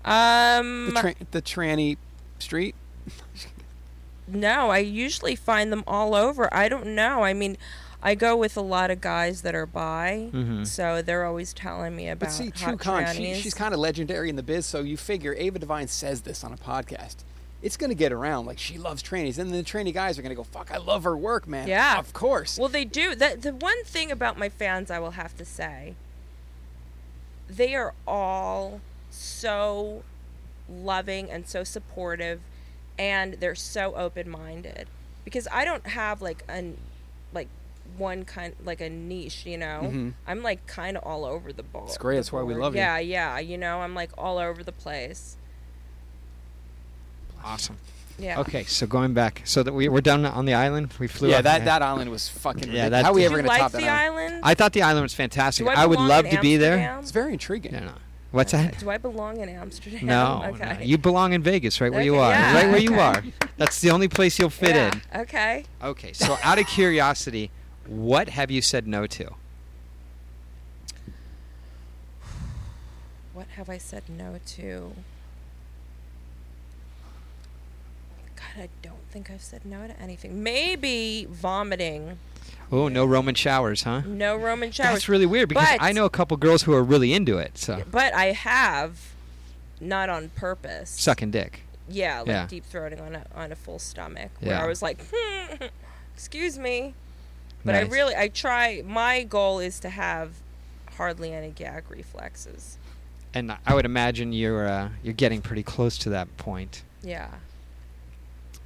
S6: Um.
S4: The, tra- the tranny street.
S6: No, I usually find them all over. I don't know. I mean, I go with a lot of guys that are bi,
S4: Mhm.
S6: so they're always telling me about
S4: But see, True
S6: hot
S4: Con, she,
S6: trannies.
S4: she's kind of legendary in the biz, so you figure Ava Devine says this on a podcast. It's going to get around. Like, she loves trannies. And then the tranny guys are going to go, fuck, I love her work, man.
S6: Yeah.
S4: Of course.
S6: Well, they do. The, the one thing about my fans, I will have to say, they are all so loving and so supportive, and they're so open minded. Because I don't have like an like one kind like a niche, you know.
S5: Mm-hmm.
S4: Mhm.
S6: I'm like kind of all over the ball.
S4: It's great.
S6: the
S4: That's why we
S6: board.
S4: love you.
S6: yeah, Yeah, You know, I'm like all over the place.
S5: Awesome.
S6: Yeah.
S5: Okay, so going back, so that we we're done on the island. We flew.
S4: yeah,
S5: up-
S4: that, that island was fucking
S5: Yeah,
S4: ridiculous.
S5: that-
S4: How are we
S5: Did
S4: ever
S6: you
S4: going to
S6: like
S4: top that
S6: the island?
S5: I thought the island was fantastic.
S6: Do I
S5: I, would
S6: belong
S5: love to
S6: in
S5: be there.
S6: Amsterdam?
S4: It's very intriguing.
S5: No, no. What's that?
S6: Do I belong in Amsterdam?
S5: No,
S6: Okay.
S5: no. You belong in Vegas, right where you
S6: Okay,
S5: are.
S6: yeah,
S5: Right where you
S6: okay.
S5: are. That's the only place you'll fit
S6: yeah.
S5: in.
S6: Okay.
S5: Okay, so out of curiosity, what have you said no to?
S6: What have I said no to? God, I don't think I've said no to anything. Maybe vomiting.
S5: Oh, no Roman showers, huh?
S6: No Roman showers.
S5: That's really weird because
S6: But-
S5: I know a couple girls who are really into it. So
S6: But I have, not on purpose.
S5: sucking dick.
S6: Yeah, like
S5: Yeah.
S6: deep throating on a on a full stomach. Where
S5: Yeah.
S6: I was like, hmm, excuse me. But I
S5: Nice.
S6: really, I try. My goal is to have hardly any gag reflexes.
S5: And I would imagine you're uh, you're getting pretty close to that point.
S6: Yeah,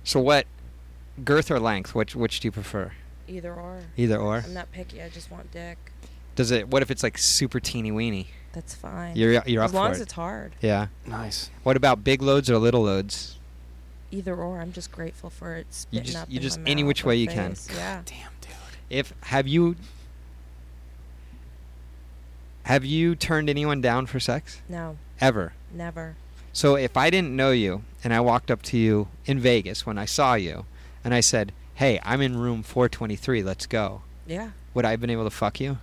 S5: So what girth or length? Which which do you prefer?
S6: either or.
S5: Either or.
S6: I'm not picky. I just want dick.
S5: Does it? What if it's like super teeny weeny?
S6: That's fine.
S5: You're you're
S6: as
S5: up
S6: long
S5: for
S6: as
S5: it.
S6: it's hard.
S5: Yeah.
S4: Nice.
S5: What about big loads or little loads?
S6: Either or. I'm just grateful for it
S5: You
S6: spitting
S5: just
S6: up.
S5: you
S6: in
S5: just
S6: my
S5: any
S6: mouth
S5: which
S6: or
S5: way you can.
S6: face. Yeah.
S4: Damn, dude.
S5: If have you have you turned anyone down for sex
S6: No,
S5: ever?
S6: never.
S5: So if I didn't know you and I walked up to you in Vegas when I saw you and I said, "Hey, I'm in room 423. Let's go."
S6: Yeah.
S5: Would I have been able to fuck you?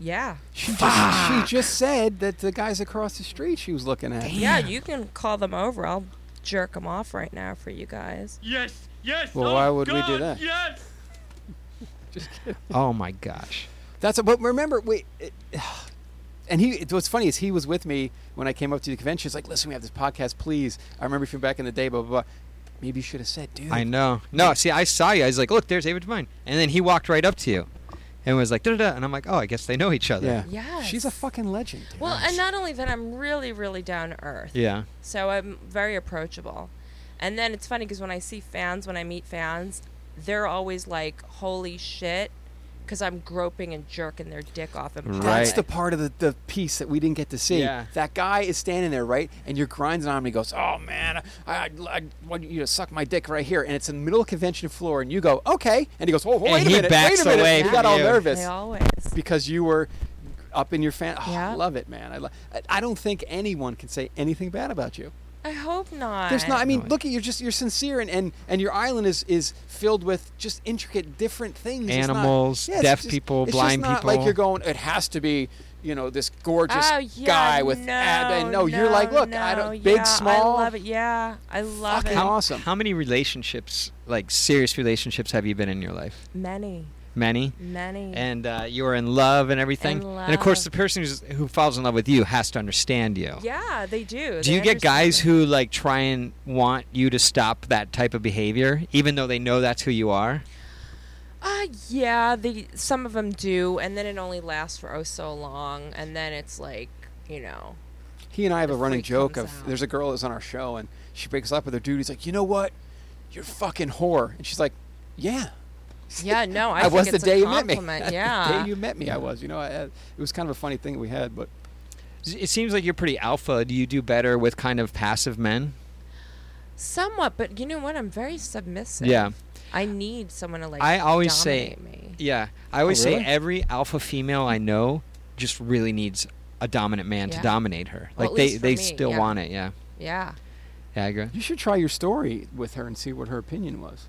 S6: Yeah.
S4: She just, she just said that the guys across the street she was looking at.
S6: Yeah. You can call them over. I'll jerk them off right now for you guys.
S12: Yes, yes.
S4: Well, why would
S6: Oh,
S4: we do that?
S12: Yes.
S4: Just kidding.
S5: Oh my gosh.
S4: That's but remember, wait. It, and he, it- what's funny is he was with me when I came up to the convention. He's like, "Listen, we have this podcast, please." I remember from back in the day, blah blah. blah. Maybe you should have said, "Dude,
S5: I know. No, see, I saw you. I was like, "Look, there's David Devine," and then he walked right up to you, and was like, "Da da,", da," and I'm like, "Oh, I guess they know each other."
S4: Yeah.
S6: Yes.
S4: She's a fucking legend." dude."
S6: Well, and not only that, I'm really, really down to earth.
S5: Yeah.
S6: So I'm very approachable. And then it's funny because when I see fans, when I meet fans, they're always like, holy shit, because I'm groping and jerking their dick off. In public.
S4: That's the part of the, the piece that we didn't get to see.
S5: Yeah.
S4: That guy is standing there, right? And you're grinding on him. And he goes, "Oh man, I, I, I want you to suck my dick right here." And it's in the middle of convention floor, and you go, "Okay." And he goes, "Oh, wait
S5: And
S4: a
S5: he
S4: minute,
S5: backs
S4: wait a minute."
S5: away
S4: he got
S5: from
S4: all
S5: you.
S4: nervous
S6: They always.
S4: because you were up in your fan. Oh, I
S6: Yeah.
S4: love it, man. I, lo- I- I don't think anyone can say anything bad about you.
S6: I hope not.
S4: There's not. I mean, look at you're just you're sincere, and, and and your island is is filled with just intricate different things. It's not-
S5: Animals,
S4: yeah, it's
S5: deaf
S4: just-
S5: people,
S4: it's
S5: blind
S4: just not Like
S5: people.
S4: you're going. It has to be. You know this gorgeous
S6: Oh, yeah,
S4: guy with
S6: no,
S4: ab, and no, you're like, look, I
S6: no,
S4: don't
S6: yeah,
S4: big, small.
S6: I love it. Yeah, I love
S4: Fucking
S6: it.
S4: awesome.
S5: How many relationships, like serious relationships, have you been in your life?
S6: Many,
S5: Many.
S6: many.
S5: And uh, you were in love and everything.
S6: In
S5: And of course,
S6: love.
S5: the person who's, who falls in love with you has to understand you.
S6: yeah, they do.
S5: Do
S6: They
S5: you get
S6: understand
S5: guys
S6: it.
S5: who like try and want you to stop that type of behavior, even though they know that's who you are?
S6: Uh, yeah, the some of them do, and then it only lasts for oh so long, and then it's like you know,
S4: He and I have a running
S6: freak
S4: joke of
S6: comes out.
S4: there's a girl that's on our show and she breaks up with her dude. He's like, you know what? You're fucking whore. And she's like, yeah.
S6: yeah, no, I,
S4: I,
S6: think
S4: was the
S6: it's a
S4: day you met me.
S6: compliment,
S4: the
S6: Yeah,
S4: day you met me, I was. You know, I, it was kind of a funny thing we had, but
S5: It seems like you're pretty alpha. Do you do better with kind of passive men?
S6: somewhat, but you know what? I'm very submissive.
S5: Yeah.
S6: I need someone to like.
S5: I always say,
S6: dominate me.
S5: yeah, I always
S4: really?
S5: say every alpha female I know just really needs a dominant man to
S6: Yeah.
S5: dominate her. like
S6: Well, at
S5: they
S6: least for
S5: they
S6: me,
S5: still
S6: yeah.
S5: want it. Yeah,
S6: Yeah,
S5: yeah, I agree.
S4: you should try your story with her and see what her opinion was.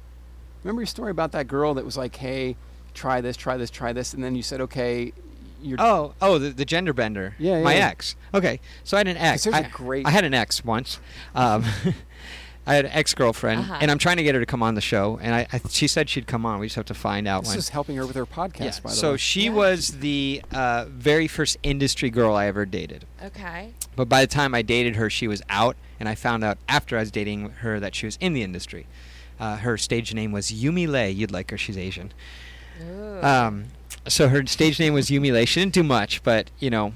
S4: Remember your story about that girl that was like, hey, try this, try this, try this, and then you said, okay, you're.
S5: Oh, oh, the, the gender bender.
S4: Yeah,
S5: My
S4: yeah.
S5: ex. Okay, so I had an ex.
S4: there's a
S5: I
S4: great-
S5: I had an ex once. Um, I had an ex girlfriend,
S6: Uh-huh.
S5: and I'm trying to get her to come on the show. And I, I she said she'd come on. We just have to find out
S4: This
S5: when.
S4: is helping her with her podcast,
S5: yeah.
S4: by the
S5: so
S4: way.
S5: she
S6: Yeah.
S5: was the uh, very first industry girl I ever dated.
S6: okay.
S5: But by the time I dated her, she was out, and I found out after I was dating her that she was in the industry. Uh, her stage name was Yumi Lei. You'd like her; she's Asian.
S6: Ooh.
S5: Um, so her stage name was Yumi Lei. She didn't do much, but you know,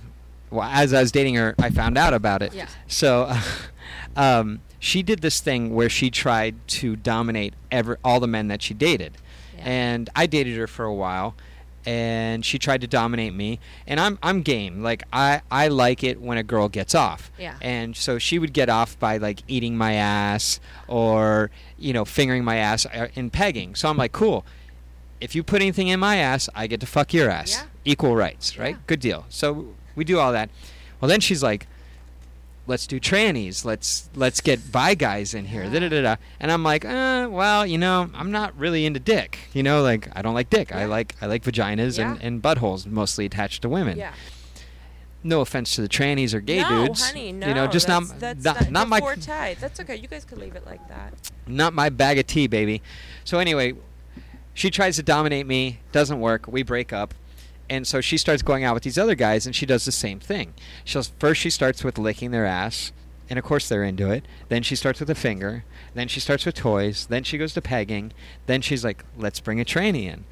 S5: well, as I was dating her, I found out about it.
S6: Yeah.
S5: So, um, she did this thing where she tried to dominate ever all the men that she dated,
S6: Yeah.
S5: and I dated her for a while, and she tried to dominate me, and I'm I'm game. Like I I like it when a girl gets off.
S6: Yeah.
S5: And so she would get off by like eating my ass or you know fingering my ass uh, in pegging. So I'm like cool if you put anything in my ass, I get to fuck your ass.
S6: Yeah.
S5: Equal rights, right?
S6: Yeah.
S5: Good deal. So we do all that. Well, then she's like, "Let's do trannies. Let's let's get bi guys in here." Da, da, da, da. And I'm like, uh, "Well, you know, I'm not really into dick. You know, like I don't like dick. I
S6: Yeah.
S5: like I like vaginas and,
S6: Yeah.
S5: and buttholes, mostly attached to women.
S6: yeah.
S5: No offense to the trannies or gay
S6: no,
S5: dudes.
S6: honey, no.
S5: you know, just
S6: that's,
S5: not
S6: that's
S5: not, not
S6: your
S5: my
S6: forte. That's okay. You guys could leave it like that.
S5: not my bag of tea, baby. So anyway, she tries to dominate me, doesn't work. We break up. And so she starts going out with these other guys and she does the same thing. She'll first she starts with licking their ass, and of course they're into it. Then she starts with a finger, then she starts with toys, then she goes to pegging, then she's like, "Let's bring a tranny in."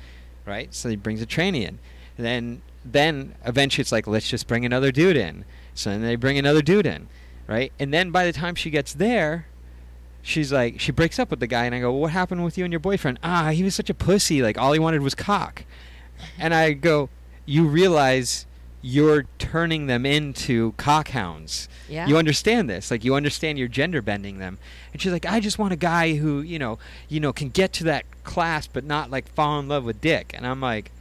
S5: right? So he brings a trainee in. And then then eventually it's like let's just bring another dude in. So then they bring another dude in, right? And then by the time she gets there, she's like she breaks up with the guy and I go, "What happened with you and your boyfriend?" "Ah, he was such a pussy. Like all he wanted was cock." And I go, "You realize you're turning them into cockhounds.
S6: Yeah.
S5: You understand this? Like you understand you're gender bending them." And she's like, "I just want a guy who, you know, you know, can get to that class but not like fall in love with dick." And I'm like,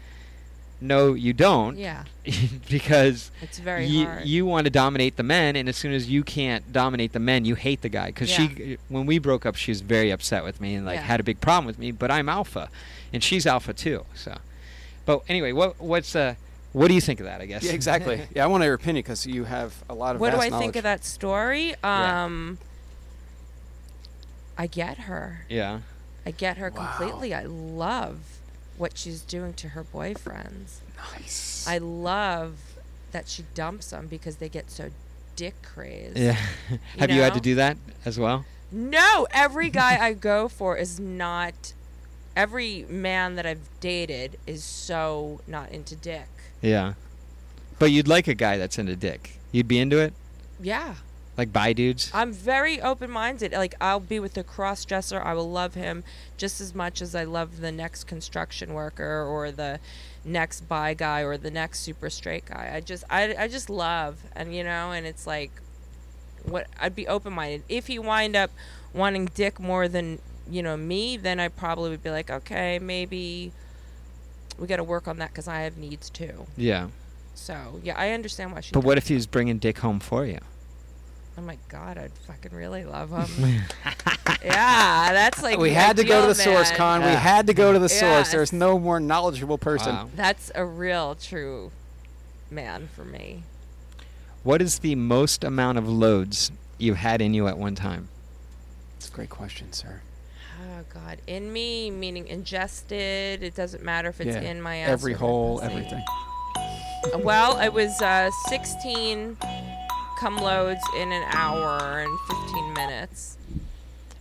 S5: "No, you don't."
S6: Yeah.
S5: because
S6: It's very
S5: you,
S6: hard.
S5: you want to dominate the men, and as soon as you can't dominate the men, you hate the guy. Because she, when we broke up, she was very upset with me and like
S6: Yeah.
S5: had a big problem with me. But I'm alpha, and she's alpha too. So, but anyway, what what's uh, what do you think of that? I guess
S4: Yeah, exactly. yeah, I want your opinion because you have a lot of.
S6: What do
S4: vast
S6: I
S4: knowledge.
S6: think of that story?
S5: Yeah.
S6: Um, I get her.
S5: yeah.
S6: I get her completely. I love what she's doing to her boyfriends.
S4: Nice.
S6: I love that she dumps them because they get so dick crazed.
S5: Yeah. Have you, had to
S6: know?
S5: do that as well?
S6: No, every guy I go for is not. Every man that I've dated is so not into dick.
S5: Yeah. But you'd like a guy that's into dick. You'd be into it,
S6: Yeah.
S5: like bi dudes.
S6: I'm very open minded. Like I'll be with a cross dresser. I will love him just as much as I love the next construction worker or the next bi guy or the next super straight guy. I just I, I just love and you know, and it's like what I'd be open minded. If he wind up wanting dick more than, you know, me, then I probably would be like, Okay, maybe we got to work on that because I have needs too.
S5: Yeah.
S6: So yeah, I understand why she.
S5: But
S6: does
S5: what if
S6: that.
S5: he was bringing dick home for you?
S6: Oh my god, I'd fucking really love him. yeah, that's like
S4: we
S6: the
S4: had to go to the
S6: ideal
S4: source,
S6: man.
S4: Con. We
S5: Yeah.
S4: had to go to the source.
S6: Yes.
S4: There's no more knowledgeable person.
S5: Wow.
S6: That's a real true man for me.
S5: What is the most amount of loads you've had in you at one time?
S4: That's a great question, sir.
S6: Oh god, in me meaning ingested. It doesn't matter if it's
S4: Yeah.
S6: in my ass.
S4: Every
S6: or
S4: hole,
S6: pussy.
S4: everything.
S6: Well, it was uh, 16 cum loads in an hour and 15 minutes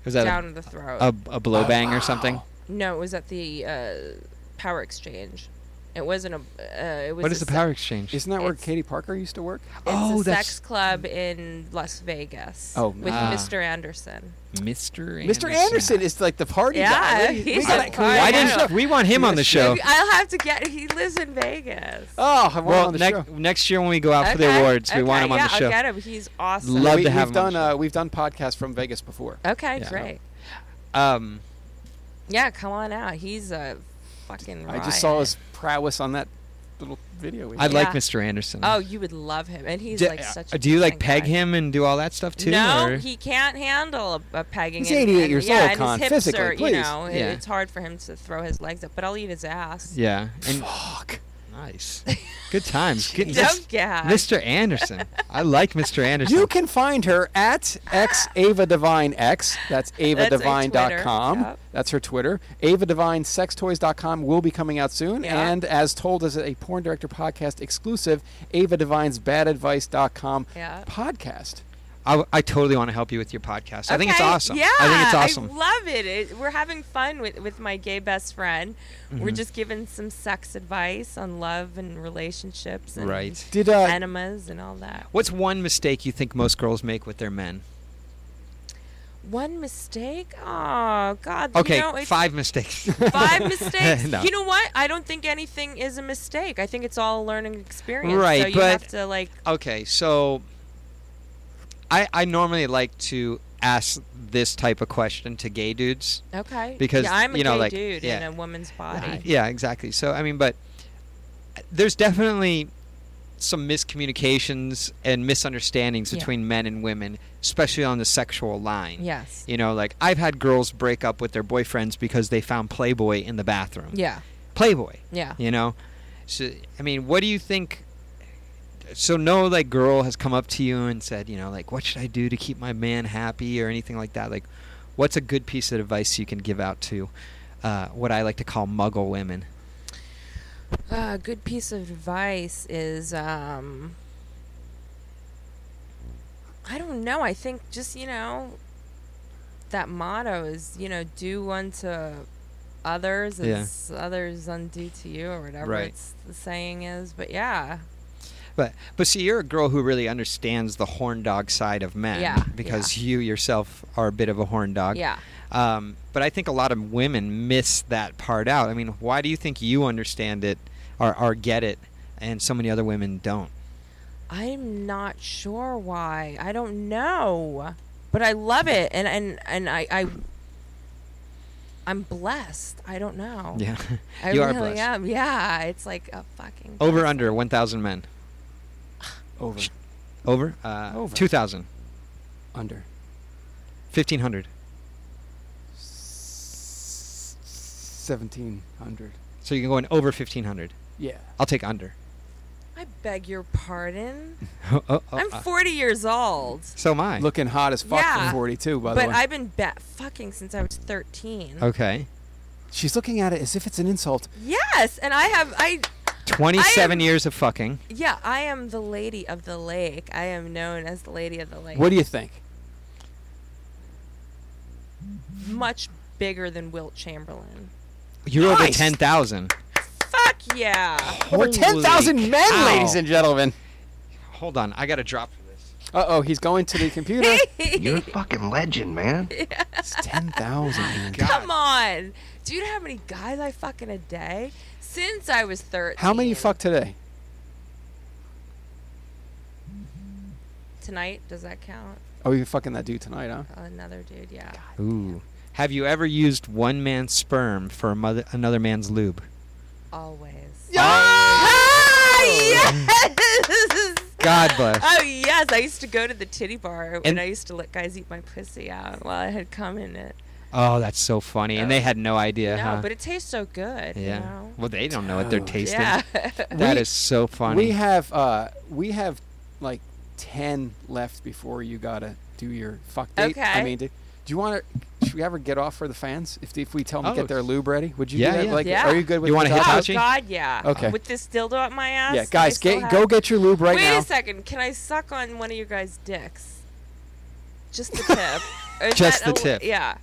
S5: Was that
S6: down
S5: a,
S6: to the throat.
S5: a, a blow bang or something?
S6: no, it was at the uh, Power Exchange. It wasn't a. Uh, it was
S5: What
S6: a
S5: is the
S6: se-
S5: power exchange?
S4: Isn't that where
S6: It's-
S4: Katie Parker used to work?
S6: It's
S5: Oh,
S6: a
S5: that's-
S6: sex club in Las Vegas.
S4: Oh,
S6: with
S5: ah.
S6: Mr. Anderson.
S5: Mr.
S4: Mr. Anderson is like the party
S6: Yeah,
S4: guy. We- we
S6: he's
S4: gotta-
S6: a
S4: can we-
S5: Why
S6: party Oh, I know.
S5: didn't we want him on the show?
S6: Maybe I'll have to get. He lives in Vegas.
S4: Oh, I want him
S5: Well,
S4: on the
S5: nec-
S4: show.
S5: next year when we go out for the
S6: Okay,
S5: awards, we want
S6: okay,
S5: him on
S6: yeah,
S5: the show.
S6: I'll get him. He's awesome.
S5: Love
S4: we,
S5: to have
S4: we've
S5: him on
S4: done
S5: the
S4: uh, we've done podcasts from Vegas before.
S6: Okay,
S5: Yeah.
S6: great.
S5: Um,
S6: Yeah, come on out. He's a fucking.
S4: I just saw
S6: riot.
S4: his prowess on that little video. We
S5: I
S4: did.
S5: like
S6: Yeah.
S5: Mr. Anderson.
S6: Oh, you would love him, and he's
S5: do,
S6: like such. a
S5: uh, do you like
S6: decent
S5: peg
S6: guy.
S5: him and do all that stuff too?
S6: No,
S5: or-
S6: he can't handle a, a pegging.
S4: He's
S6: and-
S4: 88
S6: and-
S4: years
S6: yeah,
S4: old,
S6: and
S4: Con,
S6: his hips
S4: physically,
S6: are,
S4: please.
S6: You know, it-
S5: Yeah.
S6: it's hard for him to throw his legs up, but I'll eat his ass.
S5: Yeah. And Fuck. Nice. Good times. Getting
S6: Don't
S5: this-
S6: gag.
S5: Mr. Anderson. I like Mr. Anderson.
S4: You can find her at x Ava Divine X. That's avadivine.com.
S6: Twitter, yep.
S4: That's her Twitter. AvaDivineSexToys.com will be coming out soon.
S6: Yeah.
S4: And as told as a Porn Director Podcast exclusive, Ava Divine's BadAdvice.com
S6: Yeah.
S4: podcast.
S5: I, I totally want to help you with your podcast. I think it's
S6: Okay,
S5: awesome.
S6: Yeah,
S5: I think it's awesome.
S6: I love it. It- We're having fun with, with my gay best friend.
S5: Mm-hmm.
S6: We're just giving some sex advice on love and relationships and
S5: right.
S4: Did uh,
S6: enemas and all that.
S5: What's one mistake you think most girls make with their men?
S6: One mistake? Oh God! you
S5: Okay,
S6: know, it's
S5: five mistakes.
S6: five mistakes.
S5: No.
S6: You know what? I don't think anything is a mistake. I think it's all a learning experience.
S5: Right,
S6: so you
S5: but-
S6: have to like.
S5: okay, so I I normally like to ask this type of question to gay dudes.
S6: Okay.
S5: Because,
S6: yeah, I'm a
S5: you know,
S6: gay
S5: like,
S6: dude
S5: yeah.
S6: in a woman's body.
S5: Yeah, exactly. So I mean, but there's definitely some miscommunications and misunderstandings
S6: Yeah.
S5: between men and women, especially on the sexual line.
S6: Yes.
S5: You know, like I've had girls break up with their boyfriends because they found Playboy in the bathroom.
S6: Yeah.
S5: Playboy.
S6: Yeah.
S5: You know, so I mean, what do you think? So no, like girl has come up to you and said, you know, like what should I do to keep my man happy or anything like that. Like, what's a good piece of advice you can give out to uh, what I like to call muggle women?
S6: Uh, good piece of advice is um, I don't know. I think just you know that motto is you know do unto others
S5: Yeah.
S6: as others undue to you or whatever
S5: Right.
S6: it's the saying is. But yeah,
S5: But but see, you're a girl who really understands the horn dog side of men.
S6: Yeah,
S5: Because you yourself are a bit of a horn dog.
S6: Yeah.
S5: Um, but I think a lot of women miss that part out. I mean, why do you think you understand it or, or get it, and so many other women don't?
S6: I'm not sure why. I don't know, but I love it, and and and I. I I'm blessed. I don't know.
S5: Yeah.
S6: I
S5: You are
S6: really
S5: blessed.
S6: am. Yeah, it's like a fucking
S5: Over under one thousand men.
S4: Over.
S5: Over. Uh,
S4: Over.
S5: Two thousand.
S4: Under.
S5: Fifteen hundred.
S4: 1700.
S5: So you can go in over fifteen hundred.
S4: Yeah.
S5: I'll take under.
S6: I beg your pardon.
S5: Oh, oh, oh,
S6: I'm
S5: uh,
S6: 40 years old.
S5: So am I.
S4: Looking hot as fuck
S6: yeah.
S4: for 42, by
S6: but
S4: the way. Uh,
S6: I've been bat fucking since I was 13.
S5: Okay.
S4: She's looking at it as if it's an insult.
S6: Yes, and I have I
S5: Twenty-seven years of fucking.
S6: yeah, I am the lady of the lake. I am known as the lady of the lake.
S4: What do you think?
S6: Much bigger than Wilt Chamberlain.
S5: You're over
S4: Nice.
S5: ten thousand.
S6: Fuck yeah.
S4: Over
S5: Holy
S4: 10,000 men,
S5: cow.
S4: ladies and gentlemen.
S5: Hold on, I gotta drop for this.
S4: Uh oh, he's going to the computer.
S7: You're a fucking legend, man.
S4: it's 10,000, man.
S6: Come on. Do you know how many guys I fuck in a day? Since I was 13.
S4: How many you fucked today?
S6: tonight? Does that count?
S4: Oh, you're fucking that dude tonight, huh?
S6: Another dude, yeah.
S5: Ooh. Have you ever used one man's sperm for a mother, another man's lube?
S6: Always.
S4: Ah,
S6: yes!
S5: God bless.
S6: Oh yes, I used to go to the titty bar and,
S5: And-
S6: I used to let guys eat my pussy out while I had cum in it.
S5: Oh, that's so funny. And they had no idea,
S6: no,
S5: huh?
S6: but it tastes so good.
S5: Uh-huh. yeah.
S6: You know?
S5: Well, they don't know what they're tasting.
S6: Yeah.
S5: That
S4: Oh. We-
S5: is so funny.
S4: We have, uh, we have like 10 left before you gotta do your fuck date. I
S6: Okay.
S4: mean, do, do you want to, should we ever get off for the fans? If, if we tell them to
S5: Oh.
S4: get their lube ready? Would you
S5: Yeah,
S4: do that?
S5: yeah.
S4: Like,
S6: Yeah.
S4: are you good with
S5: You wanna
S4: Hitachi?
S6: oh
S5: Hitachi?
S6: God, yeah.
S4: Okay.
S6: With this dildo up my ass.
S4: Yeah,
S6: that I
S4: guys,
S6: still
S4: get,
S6: have-
S4: go get your lube right
S6: Wait
S4: now.
S6: a second. Can I suck on one of your guys' dicks? Just the tip. Or is
S5: Just
S6: that
S5: the
S6: a-
S5: tip.
S6: Yeah.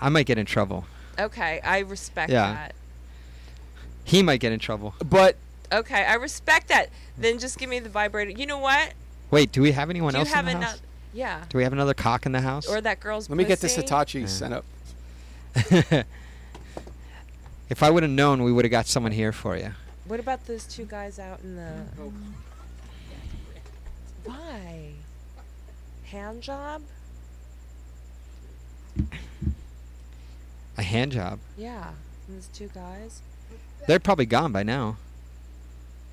S5: I might get in trouble.
S6: Okay. I respect
S5: Yeah.
S6: that.
S5: He might get in trouble.
S4: But
S6: Okay, I respect that. Then just give me the vibrator. You know what?
S5: Wait, do we have anyone
S6: Do you
S5: else
S6: have
S5: in the
S6: another?
S5: house?
S6: Yeah.
S5: Do we have another cock in the house?
S6: Or that girl's.
S4: let me get this
S6: pussy?
S4: Hitachi sent up.
S5: if I would have known, we would have got someone here for you.
S6: What about those two guys out in the? Why? Hand job?
S5: A hand job.
S6: Yeah. And those two guys.
S5: They're probably gone by now.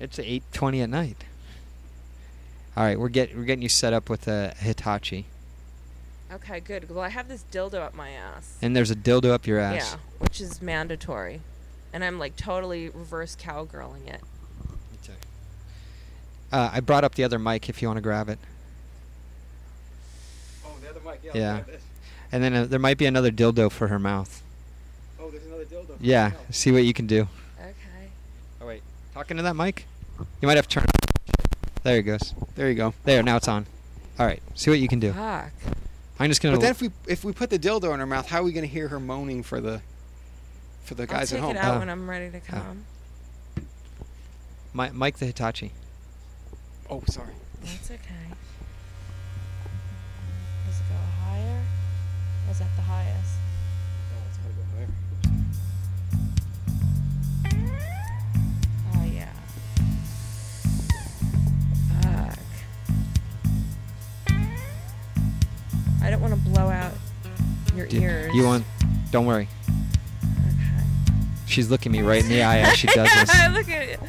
S5: It's eight twenty at night. All right, we're get we're getting you set up with a Hitachi,
S6: Okay, good. Well, I have this dildo up my ass.
S5: and there's a dildo up your ass.
S6: Yeah, which is mandatory, and I'm like totally reverse cowgirling it.
S5: Uh, I brought up the other mic if you want to grab it.
S4: Oh, the other mic.
S5: I'll Yeah. grab And then uh, there might be another dildo for her mouth.
S4: Oh, there's another dildo.
S5: Yeah, see what you can do.
S6: Okay.
S5: Oh wait, talking to that mic? You might have to turn. There it goes.
S4: There you go.
S5: There, now it's on. All right, see what you can do.
S6: Fuck.
S5: I'm just gonna.
S4: But then if we if we put the dildo in her mouth, how are we going to hear her moaning for the for the guys
S6: I'll
S4: at
S6: take
S4: home? Uh,
S6: it out
S5: Oh.
S6: when I'm ready to come.
S5: Mi- Mike the Hitachi.
S4: Oh, sorry.
S6: That's okay. Does it go higher? Or is that the highest? Oh yeah. Fuck. I don't want to blow out your
S5: Do-
S6: ears.
S5: You want? Don't worry. She's looking me right in the eye as she does this.
S6: Look at it.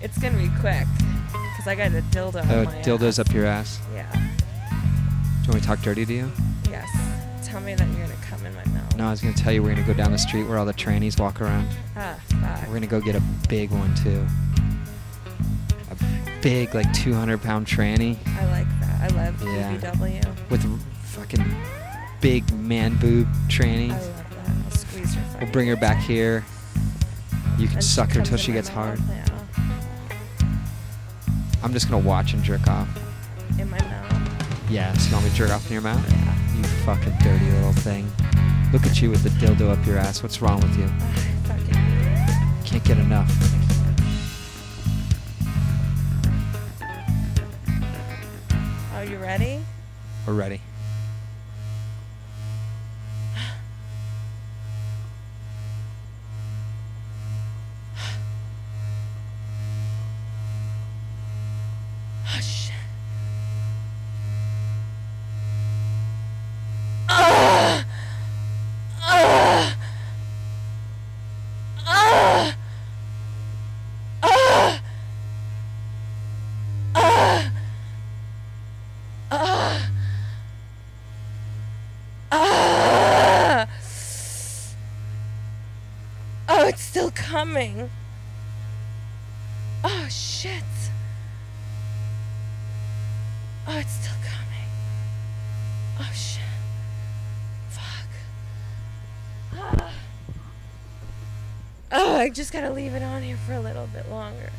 S6: It's gonna be quick, cause I got a dildo. on
S5: Oh,
S6: my
S5: dildo's
S6: ass.
S5: up your ass.
S6: Yeah.
S5: Do you want me to talk dirty to you?
S6: Yes. Tell me that you're gonna come in my mouth.
S5: No, I was gonna tell you we're gonna go down the street where all the trannies walk around.
S6: Ah,
S5: We're
S6: fuck.
S5: gonna go get a big one too. A big, like 200 pound tranny
S6: I like that. I love E
S5: Yeah.
S6: BBW.
S5: with r- fucking big man boob
S6: I
S5: trannies.
S6: love that. I'll squeeze her.
S5: We'll
S6: funny.
S5: bring her back here. You can
S6: And she
S5: suck her
S6: comes
S5: till
S6: in
S5: she
S6: my
S5: gets hard.
S6: mouth now.
S5: I'm just gonna watch and jerk off.
S6: In my mouth.
S5: Yes, you want me to jerk off in your mouth?
S6: Yeah.
S5: You fucking dirty little thing. Look at you with the dildo up your ass. What's wrong with you? Can't get enough.
S6: Are you ready?
S5: We're ready.
S6: Oh shit. Ugh. Ugh. Ugh. Ugh. Ugh. Ugh. Oh, it's still coming. Oh, shit. Oh, it's still coming. Oh, shit. Fuck. Ah. Oh, I just gotta leave it on here for a little bit longer.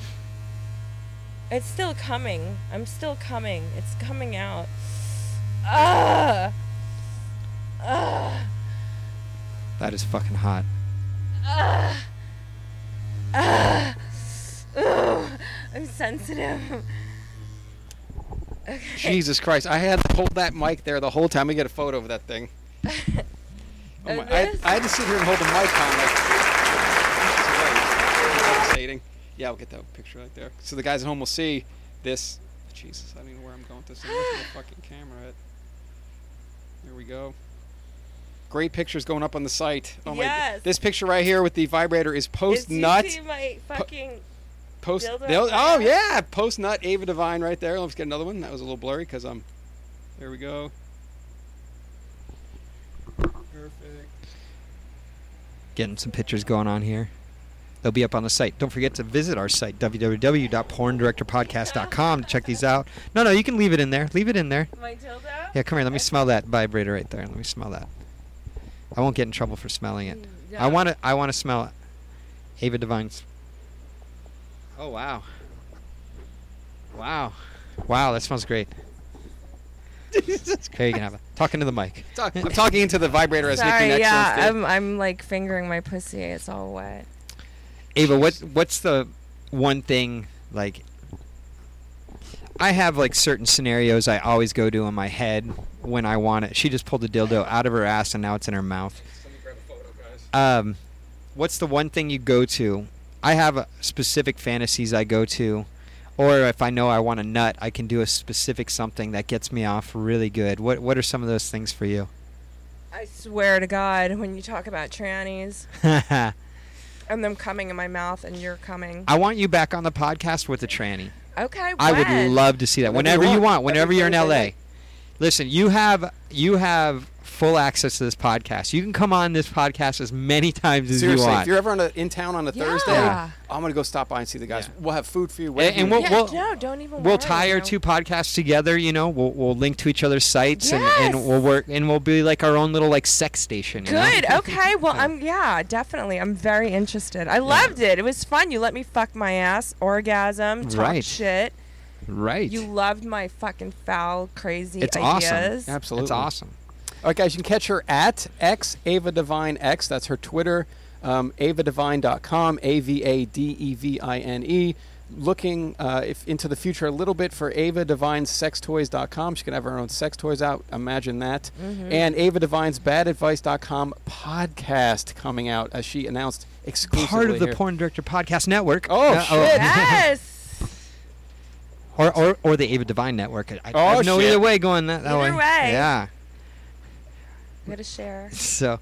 S6: It's still coming. I'm still coming. It's coming out. Ah! Ah!
S5: That is fucking hot.
S6: Ah! Ah! Ooh, I'm sensitive.
S4: Jesus Christ! I had to hold that mic there the whole time. We get a photo of that thing. Oh my, I, I had to sit here and hold the mic on. Like, Compensating. Yeah, we'll get that picture right there. So the guys at home will see this. Jesus, I don't even know where I'm going with this. I'm looking at the fucking camera. At. Here we go. Great pictures going up on the site. Oh my!
S6: Yes.
S4: This picture right here with the vibrator is post
S6: Did you
S4: nut.
S6: see my fucking
S4: Post.
S6: Dildo
S4: they'll-
S6: up my
S4: oh
S6: ass?
S4: yeah, post nut Ava Divine right there. Let's get another one. That was a little blurry because I'm. There we go. Perfect.
S5: Getting some pictures going on here. They'll be up on the site. Don't forget to visit our site, www.porndirectorpodcast.com, to check these out. No, no, you can leave it in there. Leave it in there.
S6: my dildo?
S5: Yeah, come here. Let me smell that vibrator right there. Let me smell that. I won't get in trouble for smelling it. I want to. I want to smell it. Ava Devine's. Oh wow. Wow. Wow, that smells great. Here you can have it. Talking to the mic.
S4: Talk, I'm talking into the vibrator as Nicky
S6: Sorry,
S4: Nex
S6: yeah,
S4: once did.
S6: I'm, I'm like fingering my pussy. It's all wet.
S5: Ava, what what's the one thing like? I have like certain scenarios I always go to in my head when I want it. She just pulled a dildo out of her ass and now it's in her mouth. Um, what's the one thing you go to? I have uh, specific fantasies I go to, or if I know I want a nut, I can do a specific something that gets me off really good. What What are some of those things for you?
S6: I swear to God, when you talk about trannies
S5: I
S6: and them coming in my mouth and you're coming.
S5: want you back on the podcast with a tranny.
S6: Okay,
S5: I would
S6: when?
S5: love to see that
S6: Whenever
S5: whenever
S6: you
S5: you want,
S6: want.
S5: whenever you're in
S6: Every
S5: LA.
S6: Thursday.
S5: Listen, you have you have full access to this podcast. You can come on this podcast as many times as
S4: Seriously,
S5: you want.
S4: if you're ever on a, in town on a Thursday,
S6: Yeah.
S4: I'm gonna go stop by and see the guys. We'll have food for you.
S5: and,
S4: whatever
S5: and
S4: you
S5: we'll,
S4: need.
S5: we'll
S6: no, don't even
S5: we'll
S6: worry,
S5: tie
S6: you
S5: our
S6: know.
S5: two podcasts together. You know, we'll we'll link to each other's sites and,
S6: Yes!
S5: and we'll work and we'll be like our own little like sex station. you know?
S6: Good. Okay. Well, I'm yeah, definitely. I'm very interested. I loved it. It was fun. You let me fuck my ass, orgasm, talk
S5: Right.
S6: shit.
S5: right.
S6: You loved my fucking foul, crazy
S5: it's
S6: ideas.
S5: awesome. it's awesome.
S4: All right, guys, you can catch her at X Ava Divine X. That's her Twitter, um, avadivine.com, A V A D E V I N E. Looking uh, if into the future a little bit for Ava Divine's sextoys.com. She can have her own sex toys out. Imagine that.
S5: Mm-hmm.
S4: And Ava Divine's badadvice.com podcast coming out, as she announced exclusively.
S5: Part of the
S4: here.
S5: Porn Director Podcast Network.
S4: Oh,
S5: Uh,
S4: shit.
S6: Yes.
S5: or, or or the Ava Divine Network. I,
S4: Oh,
S5: I know
S4: shit.
S5: either way going that, that
S6: Either way.
S5: Yeah.
S6: Gotta share.
S5: So,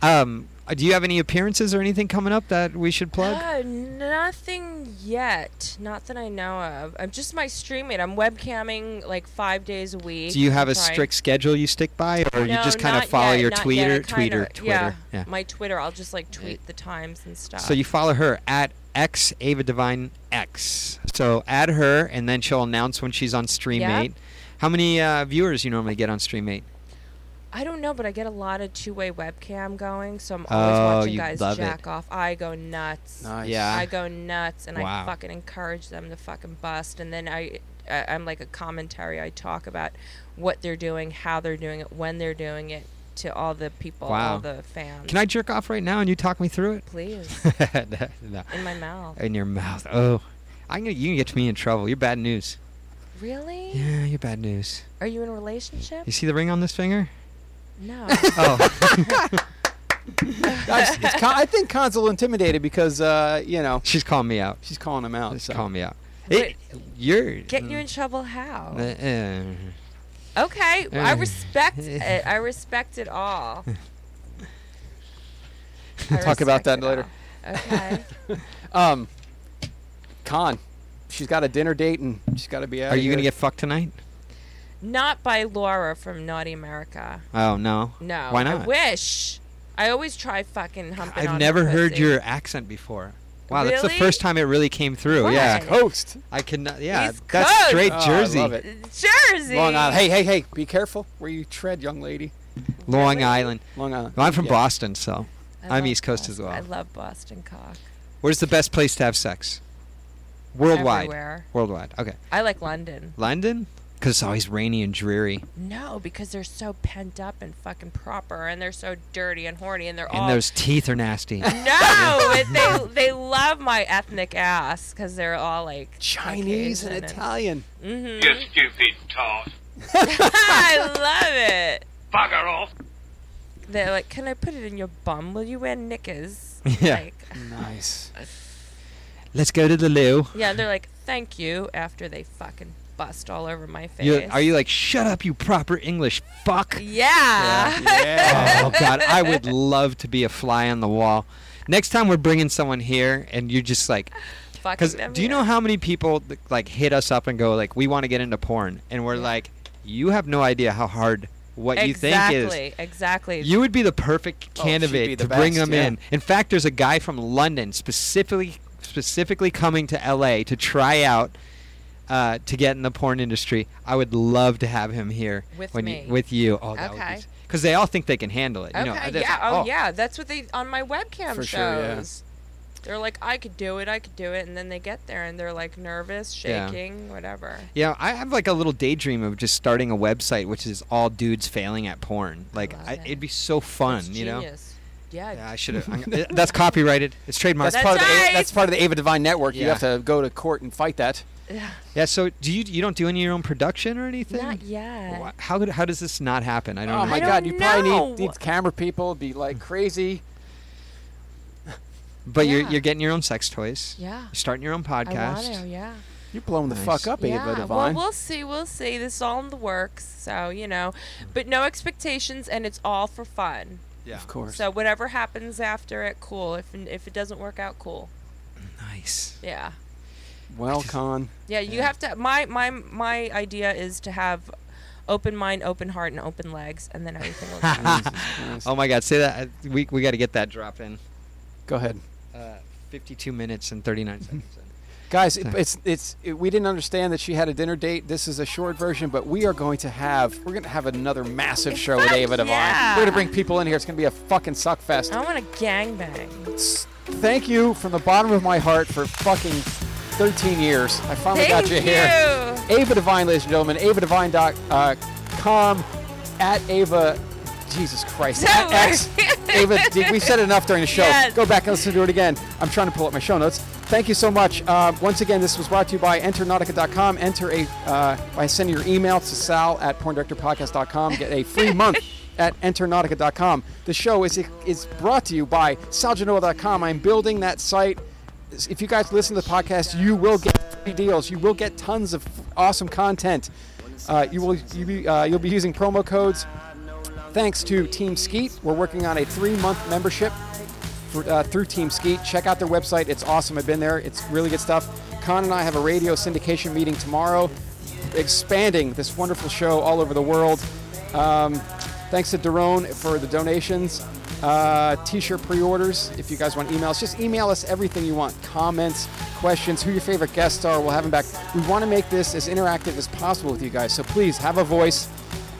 S5: um, uh, do you have any appearances or anything coming up that we should plug?
S6: Uh, nothing yet. Not that I know of. I'm just my streaming. I'm webcamming like five days a week.
S5: do you have
S6: I'm
S5: a
S6: trying-
S5: strict schedule you stick by, or you
S6: No,
S5: just kind of
S6: not
S5: follow
S6: yet,
S5: your
S6: not
S5: tweeter,
S6: yet. I kinda-
S5: tweeter,
S6: Yeah,
S5: Twitter? Yeah.
S6: my Twitter. I'll just like tweet the times and stuff.
S5: So you follow her at x Ava Divine x. So add her, and then she'll announce when she's on Stream
S6: Yeah.
S5: Eight. How many uh, viewers you normally get on Stream Eight?
S6: I don't know, but I get a lot of two-way webcam going, so I'm always
S5: Oh,
S6: watching
S5: you
S6: guys
S5: love it.
S6: jack off. I go nuts.
S4: Nice.
S5: Yeah.
S6: I go nuts, and
S5: Wow.
S6: I fucking encourage them to fucking bust. And then I, I, I'm like a commentary. I talk about what they're doing, how they're doing it, when they're doing it, to all the people, all
S5: Wow.
S6: the fans.
S5: Can I jerk off right now and you talk me through it?
S6: Please.
S5: No.
S6: In my mouth.
S5: In your mouth. Oh, I'm gonna. You can get me in trouble. You're bad news.
S6: Really?
S5: Yeah, you're bad news.
S6: Are you in a relationship?
S5: You see the ring on this finger?
S6: No.
S5: Oh.
S4: I, just- it's Con- I think Con's a little intimidated because uh, you know
S5: she's calling me out.
S4: she's calling him out.
S5: Just
S4: so.
S5: call me out. It, you're.
S6: Getting you in trouble how?
S5: Uh, uh,
S6: Okay, I
S5: Uh,
S6: respect it. I respect it all. I
S4: Talk about
S6: respect
S4: that
S6: it
S4: later.
S6: all. Okay.
S4: Um, Con, she's got a dinner date and she's got to be out.
S5: are you gonna get fucked tonight?
S6: Not by Laura from Naughty America.
S5: Oh no.
S6: No.
S5: Why not?
S6: I wish. I always try fucking humping on
S5: I've
S6: her
S5: never heard
S6: pussy.
S5: your accent before. Wow, that's the
S6: Really?
S5: first time it really came through. Yeah.
S6: Why?
S4: coast?
S5: I cannot. Yeah,
S6: East
S5: that's
S6: Coast.
S5: straight
S4: Oh, I
S5: Jersey.
S4: love it.
S6: Jersey.
S4: Long Island. Hey, hey, hey! Be careful where you tread, young lady.
S5: Long Island.
S4: Long Island.
S5: Well, I'm from
S4: Yeah.
S5: Boston, so
S6: I
S5: I'm
S6: love
S5: East Coast as
S6: Boston. I
S5: well.
S6: love Boston cock.
S5: Where's the best place to have sex? Worldwide.
S6: Everywhere.
S5: Worldwide. Okay.
S6: I like London.
S5: London? Because it's always rainy and dreary.
S6: No, because they're so pent up and fucking proper, and they're so dirty and horny, and they're all
S5: And those teeth are nasty.
S6: No, it, they they love my ethnic ass because they're all like
S4: Chinese and
S6: Caucasian
S4: Italian.
S6: Mhm.
S10: You stupid tart.
S6: I love it.
S10: Bugger off.
S6: They're like, can I put it in your bum? Will you wear knickers?
S5: Yeah.
S6: Like,
S4: Nice.
S5: Let's go to the loo.
S6: yeah. They're like, thank you. After they fucking bust all over my face.
S5: You, are you like, shut up, you proper English fuck?
S6: Yeah.
S4: Yeah.
S5: oh, God. I would love to be a fly on the wall. Next time we're bringing someone here and you're just like,
S6: Fucking
S5: Because
S6: them,
S5: do you
S6: yeah.
S5: know how many people th- like hit us up and go like, "We want to get into porn," and we're like, "You have no idea how hard what
S6: exactly,
S5: you think
S6: Exactly.
S5: is." You would be the perfect
S4: Oh, she'd
S5: candidate
S4: be the
S5: to bring
S4: best,
S5: them
S4: yeah.
S5: in. In fact, there's a guy from London specifically specifically coming to LA to try out uh, to get in the porn industry. I would love to have him here
S6: With
S5: when
S6: me.
S5: You, with you. Oh, that
S6: Okay.
S5: Because they all think they can handle it.
S6: okay.
S5: You know, I just-
S6: yeah. Oh, yeah. That's what they on my webcam
S4: For
S6: shows.
S4: sure, yeah.
S6: They're like, I could do it. I could do it. And then they get there and they're like nervous,
S5: Yeah.
S6: shaking, whatever.
S5: Yeah, I have like a little daydream of just starting a website which is all dudes failing at porn. Like,
S6: love
S5: I
S6: it.
S5: it. would be so fun,
S6: That's
S5: you know.
S6: genius. Yeah.
S5: Yeah, I should have. That's copyrighted. It's trademarked.
S4: That's, part of the,
S6: right.
S4: A- that's part of the Ava Divine Network. You
S5: Yeah.
S4: have to go to court and fight that.
S5: yeah. So, do you you don't do any of your own production or anything?
S6: Not yet.
S5: Wha- How could, how does this not happen? I don't.
S4: Oh
S5: know.
S4: my
S6: don't
S4: God! You probably
S6: know.
S4: need, need camera people. It'd be like crazy.
S5: But
S6: Yeah.
S5: you're you're getting your own sex toys.
S6: Yeah.
S5: You're starting your own
S6: I want
S5: podcast.
S6: to, yeah.
S4: You're blowing the
S5: Nice.
S4: fuck up,
S6: yeah.
S4: Ava
S6: Well,
S4: Divine.
S6: we'll see. We'll see. This is all in the works. So, you know, but no expectations and it's all for fun.
S5: yeah.
S4: of course.
S6: So, whatever happens after it, cool. If, if it doesn't work out, cool.
S5: Nice.
S6: Yeah.
S4: well, Con.
S6: Yeah. You have to, my, my, my idea is to have open mind, open heart, and open legs, and then everything will come.
S5: Oh my God! Say that. I- We we got to get that drop in.
S4: Go ahead.
S5: Uh, Fifty-two minutes and thirty-nine seconds.
S4: Guys, it, it's it's it, we didn't understand that she had a dinner date. This is a short version, but we are going to have we're going to have another massive show with
S6: Fuck
S4: Ava Divine.
S6: yeah. Oh.
S4: We're going to bring people in here. It's going to be a fucking suck fest.
S6: I want to gangbang.
S4: S- Thank you from the bottom of my heart for fucking 13 years. I finally
S6: Thank
S4: got you, here.
S6: you.
S4: Ava Divine, ladies and gentlemen, avadivine.com uh, at Ava. Jesus Christ.
S6: Don't
S4: At
S6: worry.
S4: X. Ava, D- we said enough during the show.
S6: Yes.
S4: Go back and listen to it again. I'm trying to pull up my show notes. Thank you so much. Uh, once again, this was brought to you by enternautica.com. Enter a uh, by sending your email to sal at porndirectorpodcast.com. Get a free month at enternautica.com. The show is is brought to you by saljanoa.com. I'm building that site. If you guys listen to the podcast, you will get free deals. You will get tons of awesome content. Uh, you will you be, uh, you'll be using promo codes Thanks to Team Skeet. We're working on a three month membership for, uh, through Team Skeet. Check out their website. It's awesome. I've been there, it's really good stuff. Con and I have a radio syndication meeting tomorrow, expanding this wonderful show all over the world. Um, thanks to Daron for the donations. Uh, t-shirt pre-orders if you guys want emails just email us everything you want comments questions who your favorite guests are we'll have them back we want to make this as interactive as possible with you guys so please have a voice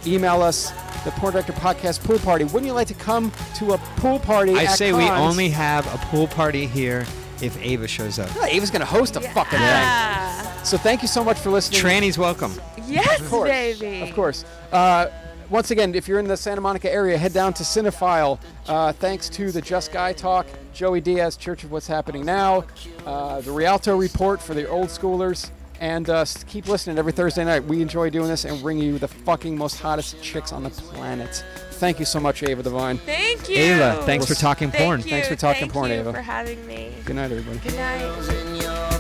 S4: email us the Porn Director Podcast pool party. Wouldn't you like to come to a pool party?
S5: I
S4: at
S5: say we
S4: cons?
S5: only have a pool party here if Ava shows up.
S4: Yeah, Ava's gonna host a fucking
S6: Yeah.
S4: thing. So thank you so much for listening.
S5: Tranny's welcome.
S6: Ah. Yes,
S4: of course,
S6: baby.
S4: of course. Uh, once again, if you're in the Santa Monica area, head down to Cinephile. Uh, thanks to the Just Guy Talk, Joey Diaz, Church of What's Happening Now, uh, the Rialto Report for the old schoolers, and uh, s- keep listening every Thursday night. We enjoy doing this and bring you the fucking most hottest chicks on the planet. Thank you so much, Ava Devine.
S6: Thank you.
S5: Ava, thanks for talking
S6: Thank
S5: porn.
S6: you.
S4: Thanks for talking
S6: Thank
S4: porn,
S6: you
S4: Ava.
S6: for having me.
S4: Good night, everybody.
S6: Good night.